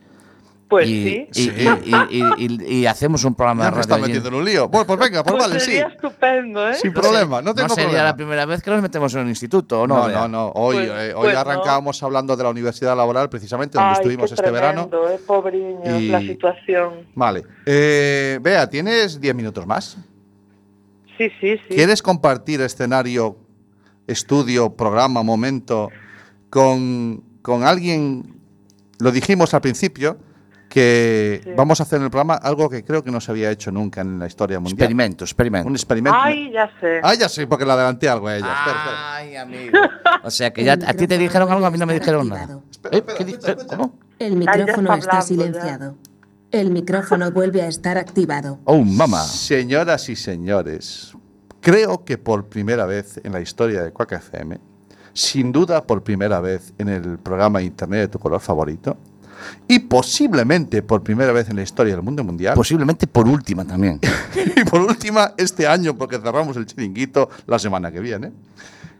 Speaker 6: Pues
Speaker 5: y,
Speaker 6: sí.
Speaker 5: y-
Speaker 4: Sí.
Speaker 5: y- y- y- y hacemos un programa
Speaker 4: Ya
Speaker 5: de
Speaker 4: me
Speaker 5: radio.
Speaker 4: está
Speaker 5: allí.
Speaker 4: metiendo en un lío. Bueno, pues venga, pues
Speaker 6: Pues
Speaker 4: vale, sí.
Speaker 6: sería estupendo, ¿eh?
Speaker 4: Sin problema, no tengo
Speaker 5: sería
Speaker 4: problema.
Speaker 5: la primera vez que nos metemos en un instituto, ¿o no?
Speaker 4: no,
Speaker 5: Bea?
Speaker 4: no, no. Hoy,
Speaker 6: Pues-
Speaker 4: eh, hoy
Speaker 6: pues no.
Speaker 4: arrancábamos hablando de la universidad laboral, precisamente, donde
Speaker 6: Ay,
Speaker 4: estuvimos
Speaker 6: qué
Speaker 4: este verano.
Speaker 6: tremendo, ¿eh? Pobriños,
Speaker 4: Y-
Speaker 6: la situación.
Speaker 4: Vale. Eh, Bea, ¿tienes 10 minutos más?
Speaker 6: Sí, sí, sí.
Speaker 4: ¿Quieres compartir escenario, estudio, programa, momento con, con alguien? Lo dijimos al principio, que
Speaker 6: Sí.
Speaker 4: vamos a hacer en el programa algo que creo que no se había hecho nunca en la historia mundial.
Speaker 5: Experimento, experimento.
Speaker 4: Un experimento.
Speaker 6: Ay, ya sé.
Speaker 4: Ah, ya sí, porque le adelanté algo a ella. Espera, espera.
Speaker 5: Ay, amigo. O sea, que ya a ti te dijeron algo, a mí no me dijeron nada.
Speaker 4: Espera,
Speaker 5: Eh,
Speaker 4: espera,
Speaker 5: ¿qué di-
Speaker 4: escucha,
Speaker 5: eh,
Speaker 4: escucha.
Speaker 5: ¿Cómo?
Speaker 8: El
Speaker 6: ya
Speaker 8: micrófono está
Speaker 6: está hablando, ya.
Speaker 8: silenciado. El micrófono vuelve a estar activado.
Speaker 5: Oh, mamá.
Speaker 4: Señoras y señores, creo que por primera vez en la historia de Quack FM, sin duda por primera vez en el programa Internet de tu color favorito, y posiblemente por primera vez en la historia del mundo mundial,
Speaker 5: Posiblemente por última también.
Speaker 4: y por última este año, porque cerramos el chiringuito la semana que viene,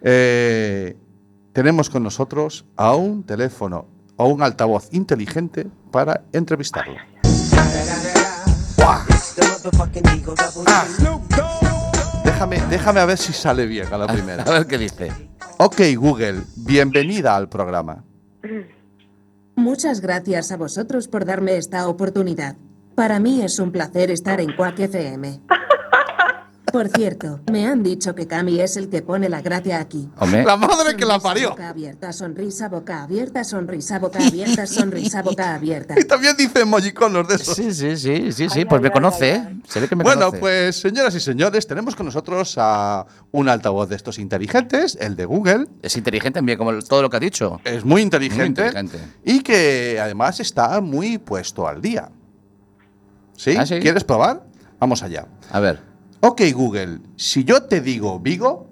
Speaker 4: eh, tenemos con nosotros a un teléfono, a un altavoz inteligente para entrevistarlo. ¡Buah! Ah. Déjame, déjame a ver si sale bien a la primera.
Speaker 5: A ver qué dice.
Speaker 4: Ok, Google, bienvenida al programa.
Speaker 8: Muchas gracias a vosotros por darme esta oportunidad. Para mí es un placer estar en Quack FM. Por cierto, me han dicho que Cami es el que pone la gracia aquí.
Speaker 5: Hombre,
Speaker 4: La madre que la
Speaker 8: Sonrisa,
Speaker 4: parió.
Speaker 8: Boca abierta, sonrisa, boca abierta, sonrisa, boca abierta, sonrisa, boca abierta.
Speaker 4: Y también dice emojiconos de esos.
Speaker 5: Sí, sí, sí, sí, sí,
Speaker 6: Ay,
Speaker 5: pues
Speaker 6: ay,
Speaker 5: me
Speaker 6: ay,
Speaker 5: conoce,
Speaker 6: ay,
Speaker 5: ¿eh? Se ve que me
Speaker 4: bueno,
Speaker 5: conoce.
Speaker 4: pues señoras y señores, tenemos con nosotros a un altavoz de estos inteligentes, el de Google.
Speaker 5: Es inteligente también, como el- todo lo que ha dicho.
Speaker 4: Es muy inteligente,
Speaker 5: Muy inteligente.
Speaker 4: y que además está muy puesto al día. ¿Sí?
Speaker 5: Ah, sí.
Speaker 4: ¿Quieres probar? Vamos allá.
Speaker 5: A ver,
Speaker 4: Ok, Google, si yo te digo Vigo,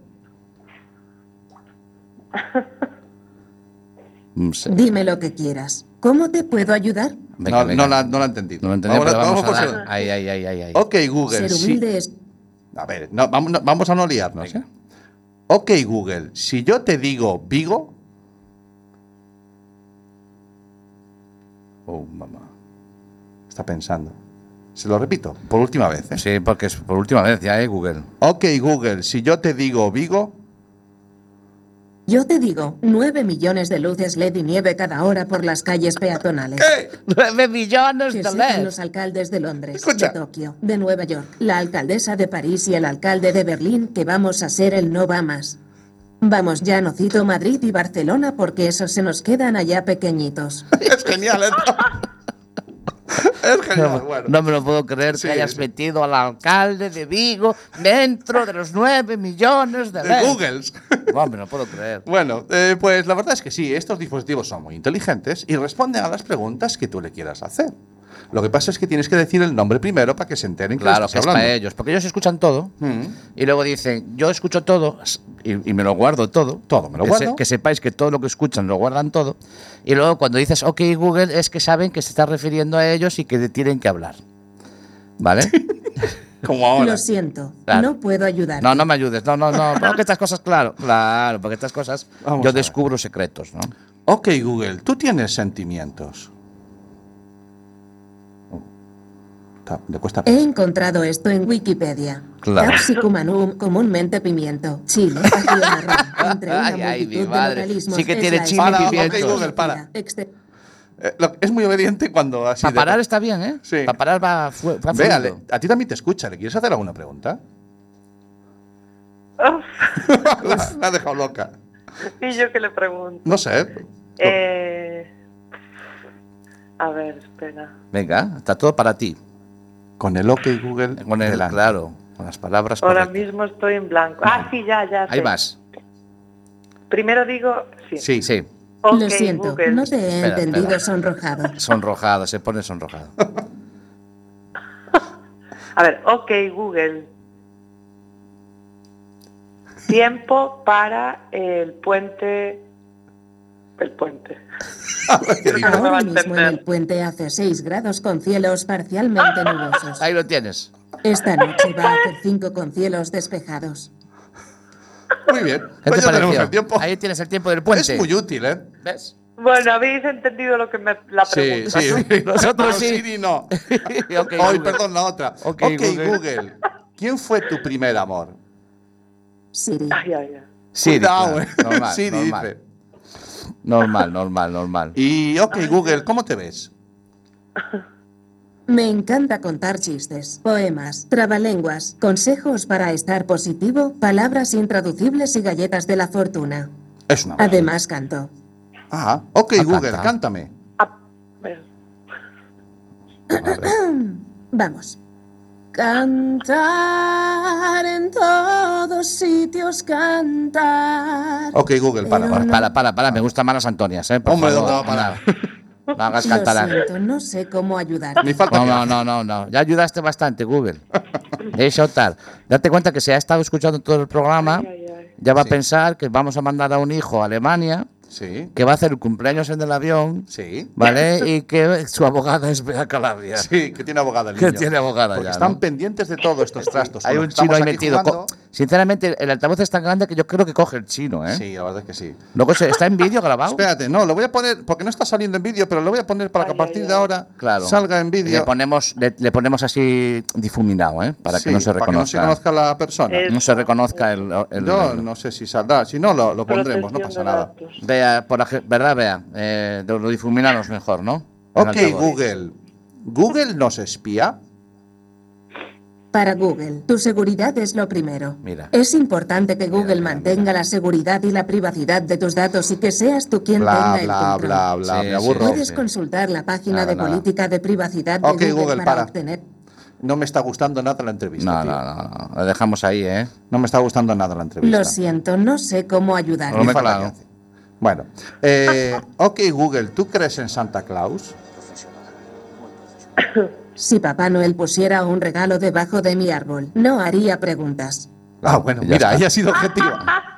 Speaker 5: mm, se-
Speaker 8: Dime lo que quieras. ¿Cómo te puedo ayudar?
Speaker 5: venga,
Speaker 4: no,
Speaker 5: venga.
Speaker 4: No, la, no la he entendido.
Speaker 5: No lo entendía,
Speaker 4: Vamos-
Speaker 5: pero vamos,
Speaker 4: vamos
Speaker 5: a
Speaker 4: por
Speaker 5: dar.
Speaker 4: segundo.
Speaker 5: Ay, ay, ay, ay, ay.
Speaker 4: Ok,
Speaker 5: Pues
Speaker 4: Google,
Speaker 8: Ser
Speaker 4: si,
Speaker 8: humilde es
Speaker 4: A ver, no, vamos, no, vamos a no liarnos.
Speaker 5: Venga.
Speaker 4: ¿eh? Ok, Google, si yo te digo Vigo,
Speaker 5: Oh, mamá.
Speaker 4: está pensando. Se lo repito, por última vez. ¿eh?
Speaker 5: Sí, porque es por última vez ya, ¿eh? Google.
Speaker 4: Ok, Google, si yo te digo Vigo,
Speaker 8: Yo te digo, nueve millones de luces LED y nieve cada hora por las calles peatonales.
Speaker 5: ¡Nueve millones
Speaker 8: Que sepan los alcaldes de Londres,
Speaker 4: Escucha.
Speaker 8: de Tokio, de Nueva York, la alcaldesa de París y el alcalde de Berlín que vamos a ser el no va más. Vamos ya, no cito Madrid y Barcelona porque esos se nos quedan allá pequeñitos.
Speaker 4: es genial. ¿eh? es genial, bueno.
Speaker 5: No me lo puedo creer
Speaker 4: Sí,
Speaker 5: que hayas
Speaker 4: sí.
Speaker 5: metido al alcalde de Vigo dentro de los nueve millones de,
Speaker 4: De
Speaker 5: leds.
Speaker 4: Eh, Google.
Speaker 5: No me lo puedo creer.
Speaker 4: Bueno, eh, pues la verdad es que sí, estos dispositivos son muy inteligentes y responden a las preguntas que tú le quieras hacer. Lo que pasa es que tienes que decir el nombre primero para que se enteren que
Speaker 5: Claro,
Speaker 4: le estás
Speaker 5: que es
Speaker 4: hablando.
Speaker 5: para ellos, porque ellos escuchan todo
Speaker 4: Mm.
Speaker 5: y luego dicen, yo escucho todo s- y, y me lo guardo todo.
Speaker 4: Todo, me lo
Speaker 5: que
Speaker 4: guardo.
Speaker 5: que sepáis que todo lo que escuchan lo guardan todo. Y luego cuando dices, ok Google, es que saben que se está refiriendo a ellos y que te tienen que hablar. ¿Vale?
Speaker 4: Como ahora.
Speaker 8: Lo siento,
Speaker 5: Claro.
Speaker 8: no puedo ayudar.
Speaker 5: No, no me ayudes, no, no, no, porque estas cosas, claro, claro, porque estas cosas
Speaker 4: Vamos a
Speaker 5: yo
Speaker 4: ver.
Speaker 5: descubro secretos, ¿no?
Speaker 4: Ok, Google, tú tienes sentimientos. Oh, ta- Le cuesta
Speaker 8: He
Speaker 4: pensar.
Speaker 8: encontrado esto en Wikipedia.
Speaker 5: Claro.
Speaker 8: Capsicum annuum, comúnmente pimiento. Chile, ají marrón, entre una
Speaker 5: Ay, ay, mi
Speaker 8: multitud de
Speaker 5: madre.
Speaker 8: localismos.
Speaker 5: Sí que
Speaker 8: es
Speaker 5: tiene
Speaker 8: la
Speaker 5: chile y
Speaker 8: especie
Speaker 4: pimientos. Para, ok, Google,
Speaker 8: elegida,
Speaker 4: para.
Speaker 8: excepto
Speaker 4: Eh, lo- es muy obediente cuando así.
Speaker 5: Para
Speaker 4: de-
Speaker 5: parar está bien, ¿eh?
Speaker 4: Sí.
Speaker 5: Para parar va, fu- va
Speaker 4: Ve,
Speaker 5: fluido.
Speaker 4: Ale, a ti también te escucha. ¿Le quieres hacer alguna pregunta?
Speaker 6: Uf,
Speaker 4: la, la ha dejado loca.
Speaker 6: y yo que le pregunto.
Speaker 4: No sé.
Speaker 6: Eh, a ver, espera.
Speaker 5: Venga, está todo para ti.
Speaker 4: Con el OK Google.
Speaker 5: Con el,
Speaker 4: delante.
Speaker 5: claro, con las palabras
Speaker 6: Ahora
Speaker 5: correctas.
Speaker 6: mismo estoy en blanco. Ah, sí, ya, ya.
Speaker 5: Ahí
Speaker 6: sé.
Speaker 5: vas.
Speaker 6: Primero digo, sí.
Speaker 5: Sí, sí.
Speaker 6: Ok,
Speaker 8: Lo siento,
Speaker 6: Google.
Speaker 8: no te he
Speaker 5: Espera,
Speaker 8: entendido
Speaker 5: espera.
Speaker 8: sonrojado.
Speaker 5: Sonrojado, se pone sonrojado.
Speaker 6: A ver, ok, Google. Tiempo para el puente. El puente. Creo que no me va a
Speaker 8: Ahora mismo en el
Speaker 6: entender.
Speaker 8: puente hace 6 grados con cielos parcialmente nubosos.
Speaker 5: Ahí lo tienes.
Speaker 8: Esta noche va a hacer 5 con cielos despejados.
Speaker 4: Muy bien.
Speaker 5: ¿Qué
Speaker 4: Pues
Speaker 5: te
Speaker 4: ya tenemos
Speaker 5: pareció?
Speaker 4: el tiempo.
Speaker 5: Ahí tienes el tiempo del puente.
Speaker 4: Es muy útil, ¿eh?
Speaker 5: ¿Ves?
Speaker 6: Bueno, habéis entendido lo que me la
Speaker 4: Sí,
Speaker 6: pregunta.
Speaker 4: sí.
Speaker 5: Ah, Nosotros
Speaker 4: No,
Speaker 5: sí.
Speaker 4: Siri no.
Speaker 5: Ok,
Speaker 4: Ay,
Speaker 5: Google.
Speaker 4: perdón, la otra. ok,
Speaker 5: Ok, Google.
Speaker 4: Google. ¿Quién fue tu primer amor?
Speaker 8: Siri,
Speaker 6: Ay, ay, ay.
Speaker 5: Siri,
Speaker 4: Cuidado,
Speaker 5: claro.
Speaker 4: ¿eh?
Speaker 5: normal,
Speaker 4: Siri
Speaker 5: normal,
Speaker 4: dice.
Speaker 5: normal, normal, normal.
Speaker 4: Y ok, Google, ¿cómo te ves?
Speaker 8: me encanta contar chistes, poemas, trabalenguas, consejos para estar positivo, palabras intraducibles y galletas de la fortuna.
Speaker 4: Es una maravilla.
Speaker 8: Además canto.
Speaker 4: Ah, ok,
Speaker 5: Ah,
Speaker 4: Google,
Speaker 5: canta.
Speaker 4: cántame.
Speaker 6: Ah, bueno.
Speaker 4: Madre.
Speaker 8: Vamos. Cantar en todos sitios, cantar.
Speaker 4: Ok, Google, para, para.
Speaker 5: Para, para, para, me gustan malas Antonias, ¿eh? Por
Speaker 4: Hombre,
Speaker 5: favor,
Speaker 4: ¿dónde va a parar?
Speaker 5: No, no hagas
Speaker 8: Lo
Speaker 5: cantar.
Speaker 8: siento, no sé cómo ayudar.
Speaker 4: Ni falta
Speaker 5: No,
Speaker 4: que
Speaker 5: no,
Speaker 4: hace.
Speaker 5: no, no, no. Ya ayudaste bastante, Google. Deixa estar. Date cuenta que si ha estado escuchando todo el programa,
Speaker 6: Ay, ay, ay.
Speaker 5: ya va a
Speaker 4: Sí.
Speaker 5: pensar que vamos a mandar a un hijo a Alemania,
Speaker 4: Sí,
Speaker 5: que va a hacer el cumpleaños en el avión,
Speaker 4: sí.
Speaker 5: ¿vale? Y que su abogada es Bea Calabria.
Speaker 4: Sí, que tiene abogada el
Speaker 5: Que
Speaker 4: niño.
Speaker 5: tiene abogada
Speaker 4: Porque
Speaker 5: ya,
Speaker 4: están
Speaker 5: ¿no?
Speaker 4: pendientes de todos estos trastos.
Speaker 5: Hay
Speaker 4: Bueno,
Speaker 5: un chino
Speaker 4: estamos
Speaker 5: ahí
Speaker 4: aquí
Speaker 5: metido.
Speaker 4: jugando.
Speaker 5: Co- Sinceramente, el altavoz es tan grande que yo creo que coge el chino, ¿eh?
Speaker 4: Sí, la verdad es que sí.
Speaker 5: Luego se- está en vídeo grabado.
Speaker 4: Espérate, no, lo voy a poner, porque no está saliendo en vídeo, pero lo voy a poner para que a
Speaker 6: Ay,
Speaker 4: partir
Speaker 6: ay,
Speaker 4: de
Speaker 6: ay.
Speaker 4: ahora
Speaker 5: Claro.
Speaker 4: salga en vídeo.
Speaker 5: Le ponemos, le, le ponemos así difuminado, ¿eh? Para
Speaker 4: Sí,
Speaker 5: que no se
Speaker 4: Para que no se
Speaker 5: reconozca.
Speaker 4: conozca la persona.
Speaker 6: Eh,
Speaker 5: No se reconozca el. el-
Speaker 4: Yo
Speaker 5: el-
Speaker 4: no sé si saldrá, si no, lo, lo pondremos, no
Speaker 6: Protección
Speaker 4: pasa
Speaker 6: de
Speaker 4: nada.
Speaker 6: datos.
Speaker 5: Bea, por la ge- ¿verdad, Bea? Eh, de- lo difuminamos mejor, ¿no? En
Speaker 4: Ok,
Speaker 5: altavoz.
Speaker 4: Google. ¿Google nos espía?
Speaker 8: Para Google, tu seguridad es lo primero.
Speaker 5: Mira.
Speaker 8: Es importante que Google
Speaker 5: mira,
Speaker 8: mantenga la seguridad y la privacidad de tus datos y que seas tú quien
Speaker 4: Bla,
Speaker 8: tenga
Speaker 4: bla,
Speaker 8: el control.
Speaker 4: bla, bla,
Speaker 5: Sí,
Speaker 4: me
Speaker 5: sí,
Speaker 4: aburro.
Speaker 8: Puedes
Speaker 5: sí.
Speaker 8: consultar la página
Speaker 5: Nada,
Speaker 8: de
Speaker 5: nada.
Speaker 8: política de privacidad de
Speaker 4: Ok,
Speaker 8: Google,
Speaker 4: Google,
Speaker 8: para,
Speaker 4: para.
Speaker 8: obtener.
Speaker 4: No me está gustando nada la entrevista.
Speaker 5: No,
Speaker 4: tío.
Speaker 5: no, no, no. Lo dejamos ahí, ¿eh?
Speaker 4: No me está gustando nada la entrevista.
Speaker 8: Lo siento, no sé cómo ayudar.
Speaker 5: Lo
Speaker 4: Ni
Speaker 5: me he
Speaker 4: falta
Speaker 5: colado.
Speaker 4: que hace. Bueno, eh, ok Google, ¿tú crees en Santa Claus?
Speaker 8: Si Papá Noel pusiera un regalo debajo de mi árbol, no haría preguntas.
Speaker 4: Ah, bueno,
Speaker 5: Ya
Speaker 4: mira,
Speaker 5: está.
Speaker 4: ahí ha sido objetiva.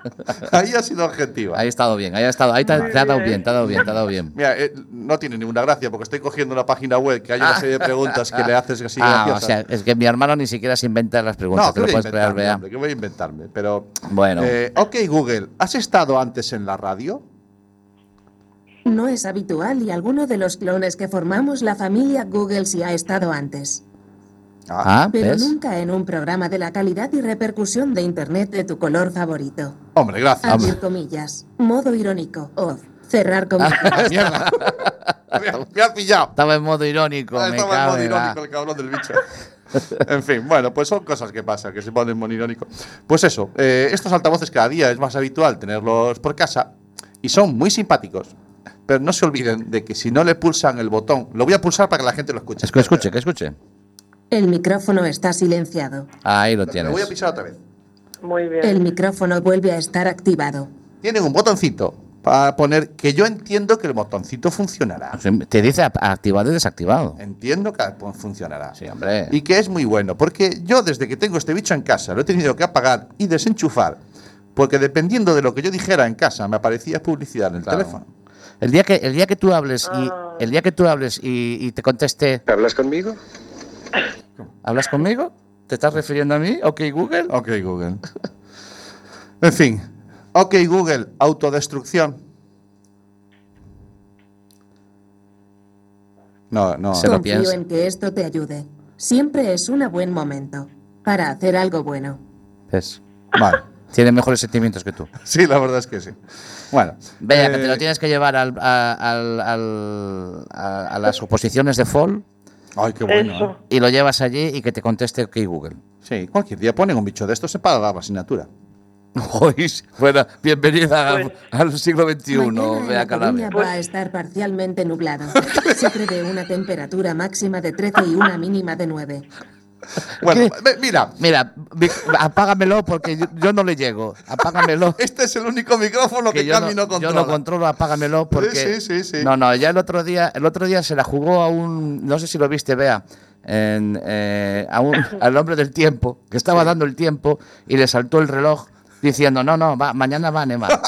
Speaker 4: ahí ha sido objetiva.
Speaker 5: Ahí ha estado bien, ahí ha estado. Ahí te, ha-
Speaker 6: Muy
Speaker 5: te ha dado
Speaker 6: bien.
Speaker 5: bien, te ha dado bien, te ha dado bien.
Speaker 4: Mira, eh, no tiene ninguna gracia porque estoy cogiendo una página web que hay una serie de preguntas que le haces así
Speaker 5: Ah, o
Speaker 4: graciosas.
Speaker 5: sea, es que mi hermano ni siquiera se inventa las preguntas.
Speaker 4: no, que
Speaker 5: te lo
Speaker 4: voy, a
Speaker 5: puedes creer,
Speaker 4: inventarme,
Speaker 5: Bea.
Speaker 4: hombre, que voy a inventarme, pero...
Speaker 5: Bueno.
Speaker 4: eh, ok, Google, ¿has estado antes en la radio?
Speaker 8: No es habitual y alguno de los clones que formamos la familia Google sí ha estado antes.
Speaker 5: Ah,
Speaker 8: Pero
Speaker 5: ¿ves?
Speaker 8: nunca en un programa de la calidad y repercusión de Internet de tu color favorito.
Speaker 4: Hombre, gracias.
Speaker 8: Abrir comillas. Modo irónico. Off. Cerrar comillas.
Speaker 4: Mierda. me, me ha pillado.
Speaker 5: Estaba en modo irónico.
Speaker 4: Ah,
Speaker 5: me
Speaker 4: Estaba en
Speaker 5: cago
Speaker 4: modo
Speaker 5: en la-
Speaker 4: irónico el cabrón del bicho. en fin, bueno, pues son cosas que pasan, que se ponen en modo irónico. Pues eso, eh, estos altavoces cada día es más habitual tenerlos por casa y son muy simpáticos. Pero no se olviden de que si no le pulsan el botón, lo voy a pulsar para que la gente lo escuche.
Speaker 5: Es- Que escuche, que escuche.
Speaker 8: El micrófono está silenciado.
Speaker 5: Ahí lo
Speaker 4: Lo voy a
Speaker 5: tienes.
Speaker 4: pisar otra vez.
Speaker 6: Muy bien.
Speaker 8: El micrófono vuelve a estar activado.
Speaker 4: Tienen un botoncito para poner que yo entiendo que el botoncito funcionará.
Speaker 5: Te dice ap- activado y desactivado.
Speaker 4: Entiendo que pues, funcionará.
Speaker 5: Sí, hombre.
Speaker 4: Y que es muy bueno, porque yo desde que tengo este bicho en casa lo he tenido que apagar y desenchufar, porque dependiendo de lo que yo dijera en casa me aparecía publicidad en el
Speaker 5: Claro.
Speaker 4: teléfono.
Speaker 5: El día que, el día que tú hables y
Speaker 6: Ah.
Speaker 5: el día que tú hables y, y te conteste
Speaker 9: ¿Hablas conmigo?
Speaker 5: ¿Hablas conmigo? ¿Te estás refiriendo a mí? Ok, Google.
Speaker 4: Ok, Google. en fin. Ok, Google, autodestrucción. No, no.
Speaker 5: Se lo
Speaker 8: Confío
Speaker 5: piensa.
Speaker 8: en que esto te ayude. Siempre es un buen momento para hacer algo bueno.
Speaker 5: ¿Ves?
Speaker 4: Vale.
Speaker 5: Tiene mejores sentimientos que tú.
Speaker 4: Sí, la verdad es que sí. Bueno.
Speaker 5: Vea, que
Speaker 4: eh,
Speaker 5: te lo tienes que llevar al- a, al- al- a- a las oposiciones de Fall
Speaker 4: Ay, qué bueno.
Speaker 6: Eso.
Speaker 4: ¿eh?
Speaker 5: y lo llevas allí y que te conteste ok, Google.
Speaker 4: Sí, cualquier día ponen un bicho de estos para dar la asignatura.
Speaker 5: Ois, bueno, bienvenida a-
Speaker 6: Pues-
Speaker 5: al siglo XXI,
Speaker 8: Mañana en
Speaker 5: Bea
Speaker 8: La Coruña
Speaker 5: Calabria.
Speaker 8: va a estar parcialmente nublado. Se prevé una temperatura máxima de 13 y una mínima de 9.
Speaker 4: Bueno,
Speaker 5: ¿Qué?
Speaker 4: ve- mira,
Speaker 5: Mira, vi- apágamelo porque yo, yo no le llego. Apágamelo.
Speaker 4: Este es el único micrófono que,
Speaker 5: yo
Speaker 4: Cami
Speaker 5: no,
Speaker 4: no controla.
Speaker 5: yo no controlo, apágamelo porque.
Speaker 4: Sí, sí, sí, sí.
Speaker 5: No, no, ya el otro día, el otro día se la jugó a un, no sé si lo viste, Bea, en, eh, a un- al hombre del tiempo, que estaba dando el tiempo y le saltó el reloj diciendo, no, no, va, mañana va a nevar.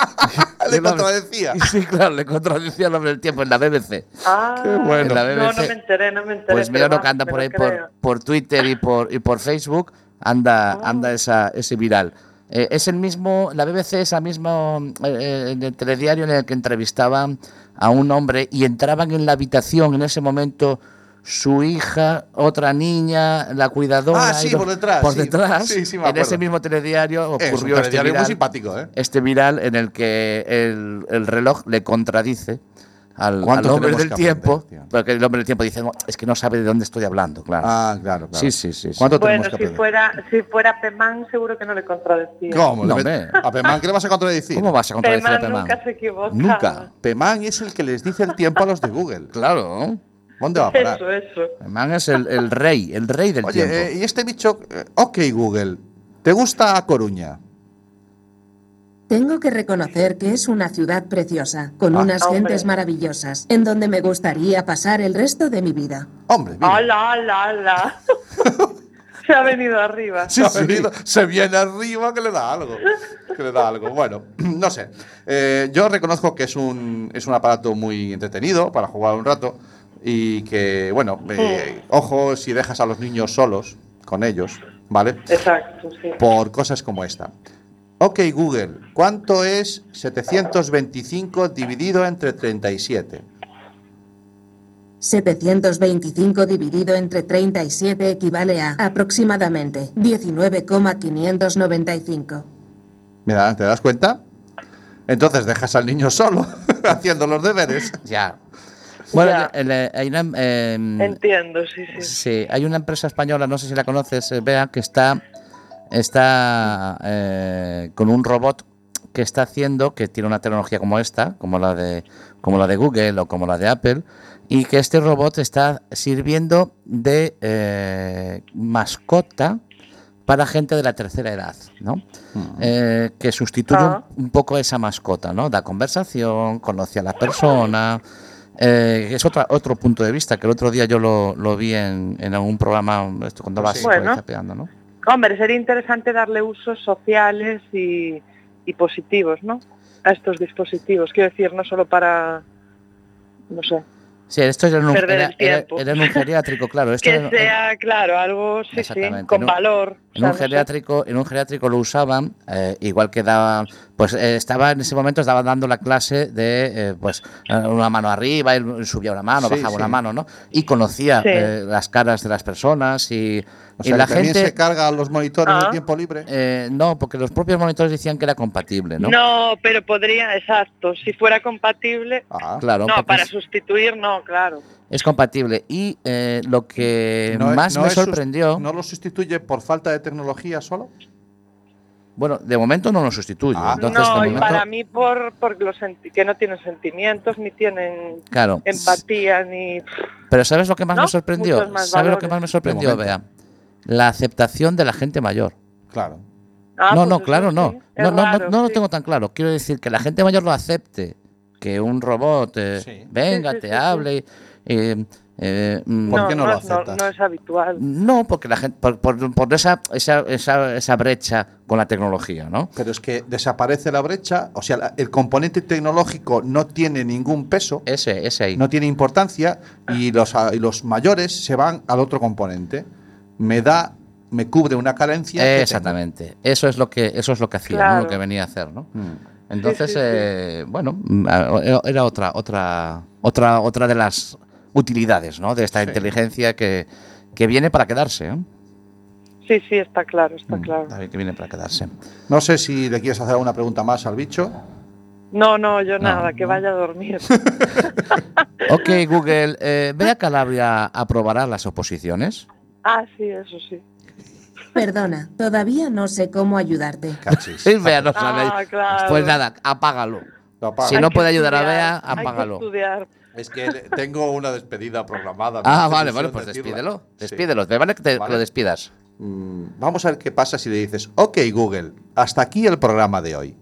Speaker 4: Le
Speaker 5: Y el hombre-
Speaker 4: contradecía.
Speaker 5: y Sí, claro, le contradecía al hombre del tiempo en la BBC.
Speaker 6: Ah,
Speaker 4: Qué bueno.
Speaker 5: En la
Speaker 6: No, no
Speaker 5: BBC.
Speaker 6: me enteré, no me enteré.
Speaker 5: Pues
Speaker 6: pero
Speaker 5: mira lo
Speaker 6: va,
Speaker 5: que anda
Speaker 6: me
Speaker 5: por
Speaker 6: lo
Speaker 5: ahí
Speaker 6: creo. Ah.
Speaker 5: por, por Twitter y por, y por Facebook, anda, anda esa, ese viral. Eh, es el mismo, la BBC es el mismo eh, eh, el telediario en el que entrevistaban a un hombre y entraban en la habitación en ese momento su hija, otra niña, la cuidadora.
Speaker 4: Ah, sí,
Speaker 5: y los-
Speaker 4: por detrás,
Speaker 5: Por
Speaker 4: sí.
Speaker 5: detrás.
Speaker 4: Sí, sí, me
Speaker 5: en ese
Speaker 4: acuerdo.
Speaker 5: mismo telediario
Speaker 4: Es un
Speaker 5: ocurrió este
Speaker 4: telediario muy
Speaker 5: viral-
Speaker 4: simpático, ¿eh?
Speaker 5: Este viral en el que el, el reloj le contradice al,
Speaker 4: ¿Cuánto
Speaker 5: al hombre
Speaker 4: tenemos
Speaker 5: del
Speaker 4: que
Speaker 5: tiempo.
Speaker 4: aprender, tío?
Speaker 5: Porque el hombre del tiempo dice, "No, es que no sabe de dónde estoy hablando, claro.
Speaker 4: Ah, claro, claro.
Speaker 5: Sí, sí, sí, sí.
Speaker 4: ¿Cuánto
Speaker 6: Bueno,
Speaker 4: tenemos que
Speaker 6: si
Speaker 4: aprender?
Speaker 6: fuera, si fuera Pemán, seguro que no le contradecía.
Speaker 4: ¿Cómo?
Speaker 5: No,
Speaker 4: Le met-
Speaker 5: hombre.
Speaker 4: ¿A Pemán qué le vas a contradecir?
Speaker 5: ¿Cómo vas a contradecir a
Speaker 6: Pemán
Speaker 5: Pemán?
Speaker 6: nunca se equivoca.
Speaker 5: Nunca.
Speaker 4: Pemán es el que les dice el tiempo a los de Google.
Speaker 5: Claro.
Speaker 4: ¿Dónde va a parar?
Speaker 6: Eso, eso.
Speaker 5: El man es el, el rey, el rey del tiempo.
Speaker 4: Oye, eh, y este bicho, eh, ok Google, ¿te gusta A Coruña?
Speaker 8: Tengo que reconocer que es una ciudad preciosa, con
Speaker 4: Ah,
Speaker 8: unas
Speaker 6: hombre.
Speaker 8: gentes maravillosas, en donde me gustaría pasar el resto de mi vida.
Speaker 4: Hombre, mira,
Speaker 6: ¡Hala, hala, hala! Se ha venido arriba.
Speaker 4: se, ha venido- se viene arriba que le da algo. Que le da algo. Bueno, no sé. Eh, yo reconozco que es un, es un aparato muy entretenido para jugar un rato y que, bueno, eh, ojo si dejas a los niños solos con ellos, ¿vale?
Speaker 6: Exacto, sí.
Speaker 4: por cosas como esta. Ok, Google, ¿cuánto es 725 dividido entre 37?
Speaker 8: 725 dividido entre 37 equivale a aproximadamente 19,595.
Speaker 4: Mira, ¿te das cuenta? Entonces dejas al niño solo haciendo los deberes.
Speaker 5: Ya. Bueno,
Speaker 6: Ya.
Speaker 5: el, eh, hay una, em,
Speaker 6: Entiendo, sí, sí.
Speaker 5: sí, hay una empresa española, no sé si la conoces, eh, Bea, que está, está eh, con un robot que está haciendo, que tiene una tecnología como esta, como la de, como la de Google o como la de Apple, y que este robot está sirviendo de eh, mascota para gente de la tercera edad, ¿no? Eh, que sustituye un-
Speaker 6: Ah.
Speaker 5: un, poco esa mascota, ¿no? Da conversación, conoce a la persona. eh, es otra, otro punto de vista que el otro día yo lo, lo vi en, en algún programa, esto cuando vas
Speaker 4: Sí.
Speaker 5: por ahí
Speaker 6: Bueno.
Speaker 5: zapeando, ¿no?
Speaker 6: Hombre, sería interesante darle usos sociales y, y positivos, ¿no? A estos dispositivos. Quiero decir, no solo para... No sé.
Speaker 5: Sí, esto era en un,
Speaker 6: Perder el
Speaker 5: era- era-
Speaker 6: tiempo.
Speaker 5: era en un geriátrico, claro. Esto era-
Speaker 6: Que
Speaker 5: era-
Speaker 6: sea, claro, algo, sí, sí,
Speaker 5: Exactamente,
Speaker 6: con
Speaker 5: ¿no?
Speaker 6: valor. O
Speaker 5: En
Speaker 6: sea,
Speaker 5: un,
Speaker 6: no sé.
Speaker 5: geriátrico, en un geriátrico lo usaban, eh, igual que daba, pues eh, estaba en ese momento, estaba dando la clase de, eh, pues, eh, una mano arriba, él subía una mano,
Speaker 4: Sí,
Speaker 5: bajaba
Speaker 4: sí.
Speaker 5: una mano, ¿no? Y conocía
Speaker 6: Sí.
Speaker 5: eh, las caras de las personas y,
Speaker 4: O
Speaker 5: y
Speaker 4: sea,
Speaker 5: la
Speaker 4: que también se
Speaker 5: gente...
Speaker 4: carga los monitores
Speaker 6: Ah.
Speaker 4: de tiempo libre.
Speaker 5: eh, no, porque los propios monitores decían que era compatible, ¿no?
Speaker 6: ¿no? pero podría, exacto, si fuera compatible...
Speaker 4: Ah,
Speaker 5: Claro,
Speaker 6: No,
Speaker 5: porque
Speaker 6: para
Speaker 5: es,
Speaker 6: sustituir no, claro.
Speaker 5: es compatible. Y eh, lo que
Speaker 4: es-
Speaker 5: más me
Speaker 4: es sus-
Speaker 5: sorprendió,
Speaker 4: ¿No lo sustituye por falta de tecnología solo?
Speaker 5: bueno, de momento no lo sustituye.
Speaker 4: Ah.
Speaker 5: entonces, de
Speaker 6: no, y
Speaker 5: momento-
Speaker 6: para mí por, por los senti- que no tienen sentimientos, ni tienen
Speaker 5: claro,
Speaker 6: empatía, ni...
Speaker 5: Pero ¿sabes lo que más
Speaker 6: ¿No?
Speaker 5: me sorprendió?
Speaker 6: Muchos más
Speaker 5: ¿Sabes lo que
Speaker 6: valores.
Speaker 5: más me sorprendió,
Speaker 4: De
Speaker 5: Bea? La aceptación de la gente mayor.
Speaker 4: Claro.
Speaker 6: Ah,
Speaker 5: no,
Speaker 6: pues
Speaker 5: no,
Speaker 6: eso
Speaker 5: claro, no.
Speaker 6: sí, es
Speaker 5: No, no, no,
Speaker 6: raro,
Speaker 5: no lo
Speaker 6: sí.
Speaker 5: tengo tan claro. Quiero decir que la gente mayor lo acepte. Que un robot eh,
Speaker 4: Sí.
Speaker 5: venga,
Speaker 6: Sí, sí,
Speaker 5: te
Speaker 6: sí, sí.
Speaker 5: hable. eh, eh, mm,
Speaker 4: ¿Por qué no lo
Speaker 6: es-
Speaker 4: aceptas?
Speaker 6: no es habitual.
Speaker 5: no, porque la gente, por, por- por esa, esa, esa, esa brecha con la tecnología, ¿no?
Speaker 4: Pero es que desaparece la brecha, o sea, la- el componente tecnológico no tiene ningún peso,
Speaker 5: Ese, ese ahí.
Speaker 4: no tiene importancia y los, a- y los mayores se van al otro componente. Me da, me cubre una carencia. que tengo.
Speaker 5: Exactamente. Eso es lo que, eso es lo que hacía, ¿no?
Speaker 6: Claro.
Speaker 5: lo que venía a hacer, ¿no?
Speaker 4: Mm.
Speaker 5: Entonces,
Speaker 6: Sí, sí, sí.
Speaker 5: eh, bueno, mm, a- era otra, otra, otra, otra de las utilidades, ¿no? De esta
Speaker 4: Sí.
Speaker 5: inteligencia que, que viene para quedarse, ¿eh?
Speaker 6: Sí, sí, está claro, está Pues claro.
Speaker 5: David, Que viene para quedarse.
Speaker 4: No sé si le quieres hacer alguna pregunta más al bicho.
Speaker 6: No, no, yo
Speaker 5: No,
Speaker 6: nada, que
Speaker 5: no.
Speaker 6: vaya a dormir.
Speaker 5: Ok, Google, eh, ¿Bea Calabria aprobará las oposiciones?
Speaker 6: ah, sí, eso sí.
Speaker 8: Perdona, todavía no sé cómo ayudarte.
Speaker 4: Cachis.
Speaker 5: Sí, Bea no sabe.
Speaker 6: Ah, claro.
Speaker 5: Pues nada, apágalo.
Speaker 4: Lo apago.
Speaker 5: Si no-
Speaker 6: Hay que
Speaker 5: puede ayudar a
Speaker 6: estudiar,
Speaker 5: Bea,
Speaker 6: hay que
Speaker 5: apágalo.
Speaker 6: estudiar.
Speaker 4: Es que le- tengo una despedida programada. me
Speaker 5: Ah,
Speaker 4: hace
Speaker 5: vale,
Speaker 4: ilusión
Speaker 5: vale, pues
Speaker 4: decirla.
Speaker 5: despídelo.
Speaker 4: Sí.
Speaker 5: Despídelo, te vale que te
Speaker 4: Vale.
Speaker 5: lo despidas.
Speaker 4: Mm, Vamos a ver qué pasa si le dices, ok Google, hasta aquí el programa de hoy.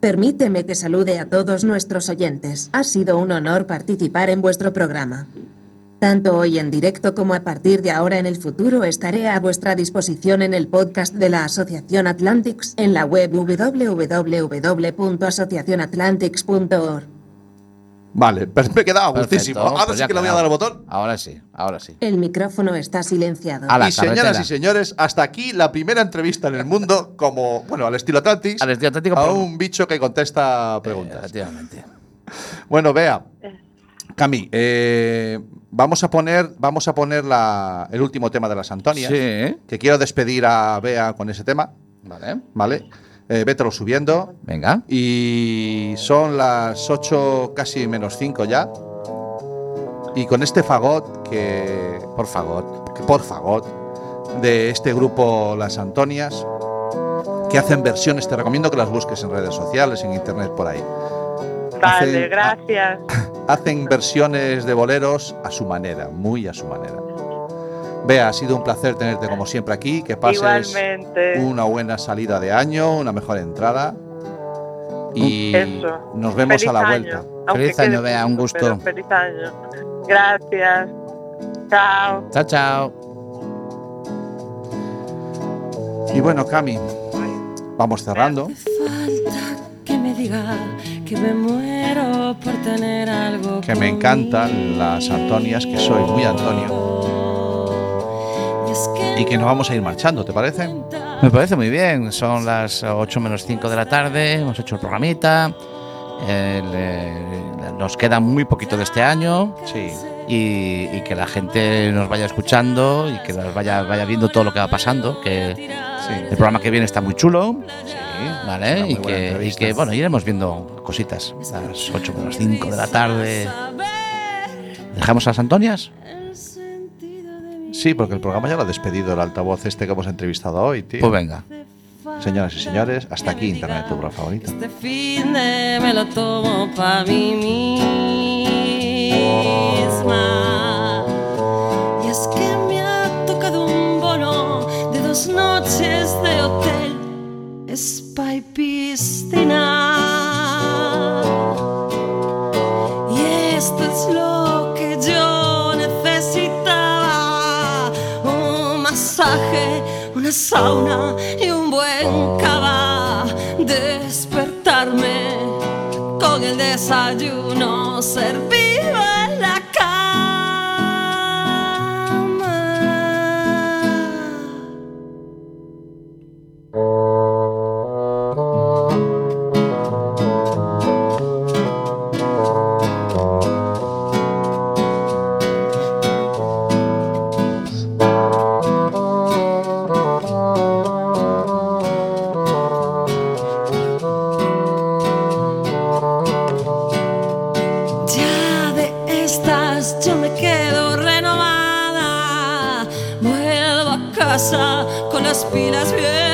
Speaker 8: Permíteme que salude a todos nuestros oyentes. Ha sido un honor participar en vuestro programa. Tanto hoy en directo como a partir de ahora en el futuro estaré a vuestra disposición en el podcast de la Asociación Atlantics en la web www.asociacionatlantics.org.
Speaker 4: Vale, pero me he quedado a gustísimo.
Speaker 5: Perfecto,
Speaker 4: Ahora
Speaker 5: pues
Speaker 4: sí
Speaker 5: ya
Speaker 4: Ah, que le voy a
Speaker 5: quedado.
Speaker 4: dar al botón.
Speaker 5: Ahora sí, ahora sí.
Speaker 8: El micrófono está silenciado.
Speaker 5: A la
Speaker 4: y señoras
Speaker 5: carretera.
Speaker 4: y señores, hasta aquí la primera entrevista en el mundo, como, bueno, al estilo Atlantis,
Speaker 5: Al estilo Eh, Atlantis,
Speaker 4: a
Speaker 5: por-
Speaker 4: un bicho que contesta preguntas.
Speaker 5: Efectivamente.
Speaker 4: Bueno, vea. Cami, eh, vamos a poner, vamos a poner la- el último tema de las Antonias.
Speaker 5: Sí.
Speaker 4: Que quiero despedir a Bea con ese tema,
Speaker 5: Vale.
Speaker 4: ¿vale? Eh, vételo subiendo.
Speaker 5: Venga.
Speaker 4: Y son las 8, casi menos 5 ya. Y con este fagot que,
Speaker 5: Por favor.
Speaker 4: que por fagot de este grupo Las Antonias que hacen versiones, te recomiendo que las busques en redes sociales, en internet por ahí.
Speaker 6: Vale,
Speaker 4: Hace-
Speaker 6: gracias.
Speaker 4: hacen versiones de boleros a su manera, muy a su manera. Bea, ha sido un placer tenerte como siempre aquí, que pases
Speaker 6: Igualmente.
Speaker 4: una buena salida de año, una mejor entrada y
Speaker 6: Eso.
Speaker 4: nos vemos
Speaker 6: Feliz
Speaker 4: a la
Speaker 6: año,
Speaker 4: vuelta.
Speaker 6: aunque
Speaker 5: Feliz año,
Speaker 6: quede
Speaker 5: Bea, un
Speaker 6: poquito, pero
Speaker 5: gusto.
Speaker 6: Feliz año. Gracias. Chao.
Speaker 5: Chao, chao.
Speaker 4: Y bueno, Cami, vamos cerrando.
Speaker 1: Hace falta que me diga que me muero por tener algo
Speaker 4: que me encantan las Antonias, que soy muy Antonio,
Speaker 1: conmigo. Y es que
Speaker 4: y que nos vamos a ir marchando, ¿te parece?
Speaker 5: Me parece muy bien. Son las 8 menos 5 de la tarde. Hemos hecho el programita. El, eh, nos queda muy poquito de este año.
Speaker 4: Sí.
Speaker 5: Y, y que la gente nos vaya escuchando y que las vaya, vaya viendo todo lo que va pasando. Que el programa que viene está muy chulo.
Speaker 4: Una
Speaker 5: ¿Vale?
Speaker 4: muy
Speaker 5: Y
Speaker 4: buena
Speaker 5: que, y
Speaker 4: entrevista.
Speaker 5: que, bueno, iremos viendo cositas. A las 8 menos 5 de la tarde. ¿Dejamos a las Antonias?
Speaker 4: Sí, porque el programa ya lo ha despedido el altavoz este que hemos entrevistado hoy, tío.
Speaker 5: Pues venga.
Speaker 4: Señoras y señores, hasta aquí Internet, tu programa favorito.
Speaker 1: Este fin de me lo tomo pa' mí misma. Y es que me ha tocado un bono de dos noches de hotel, spa y piscina. Y esto es lo que yo necesitaba. Un masaje, una sauna y un buen cava. Despertarme con el desayuno servido en la cama. Ya de estas yo me quedo renovada. Vuelvo a casa con las pilas bien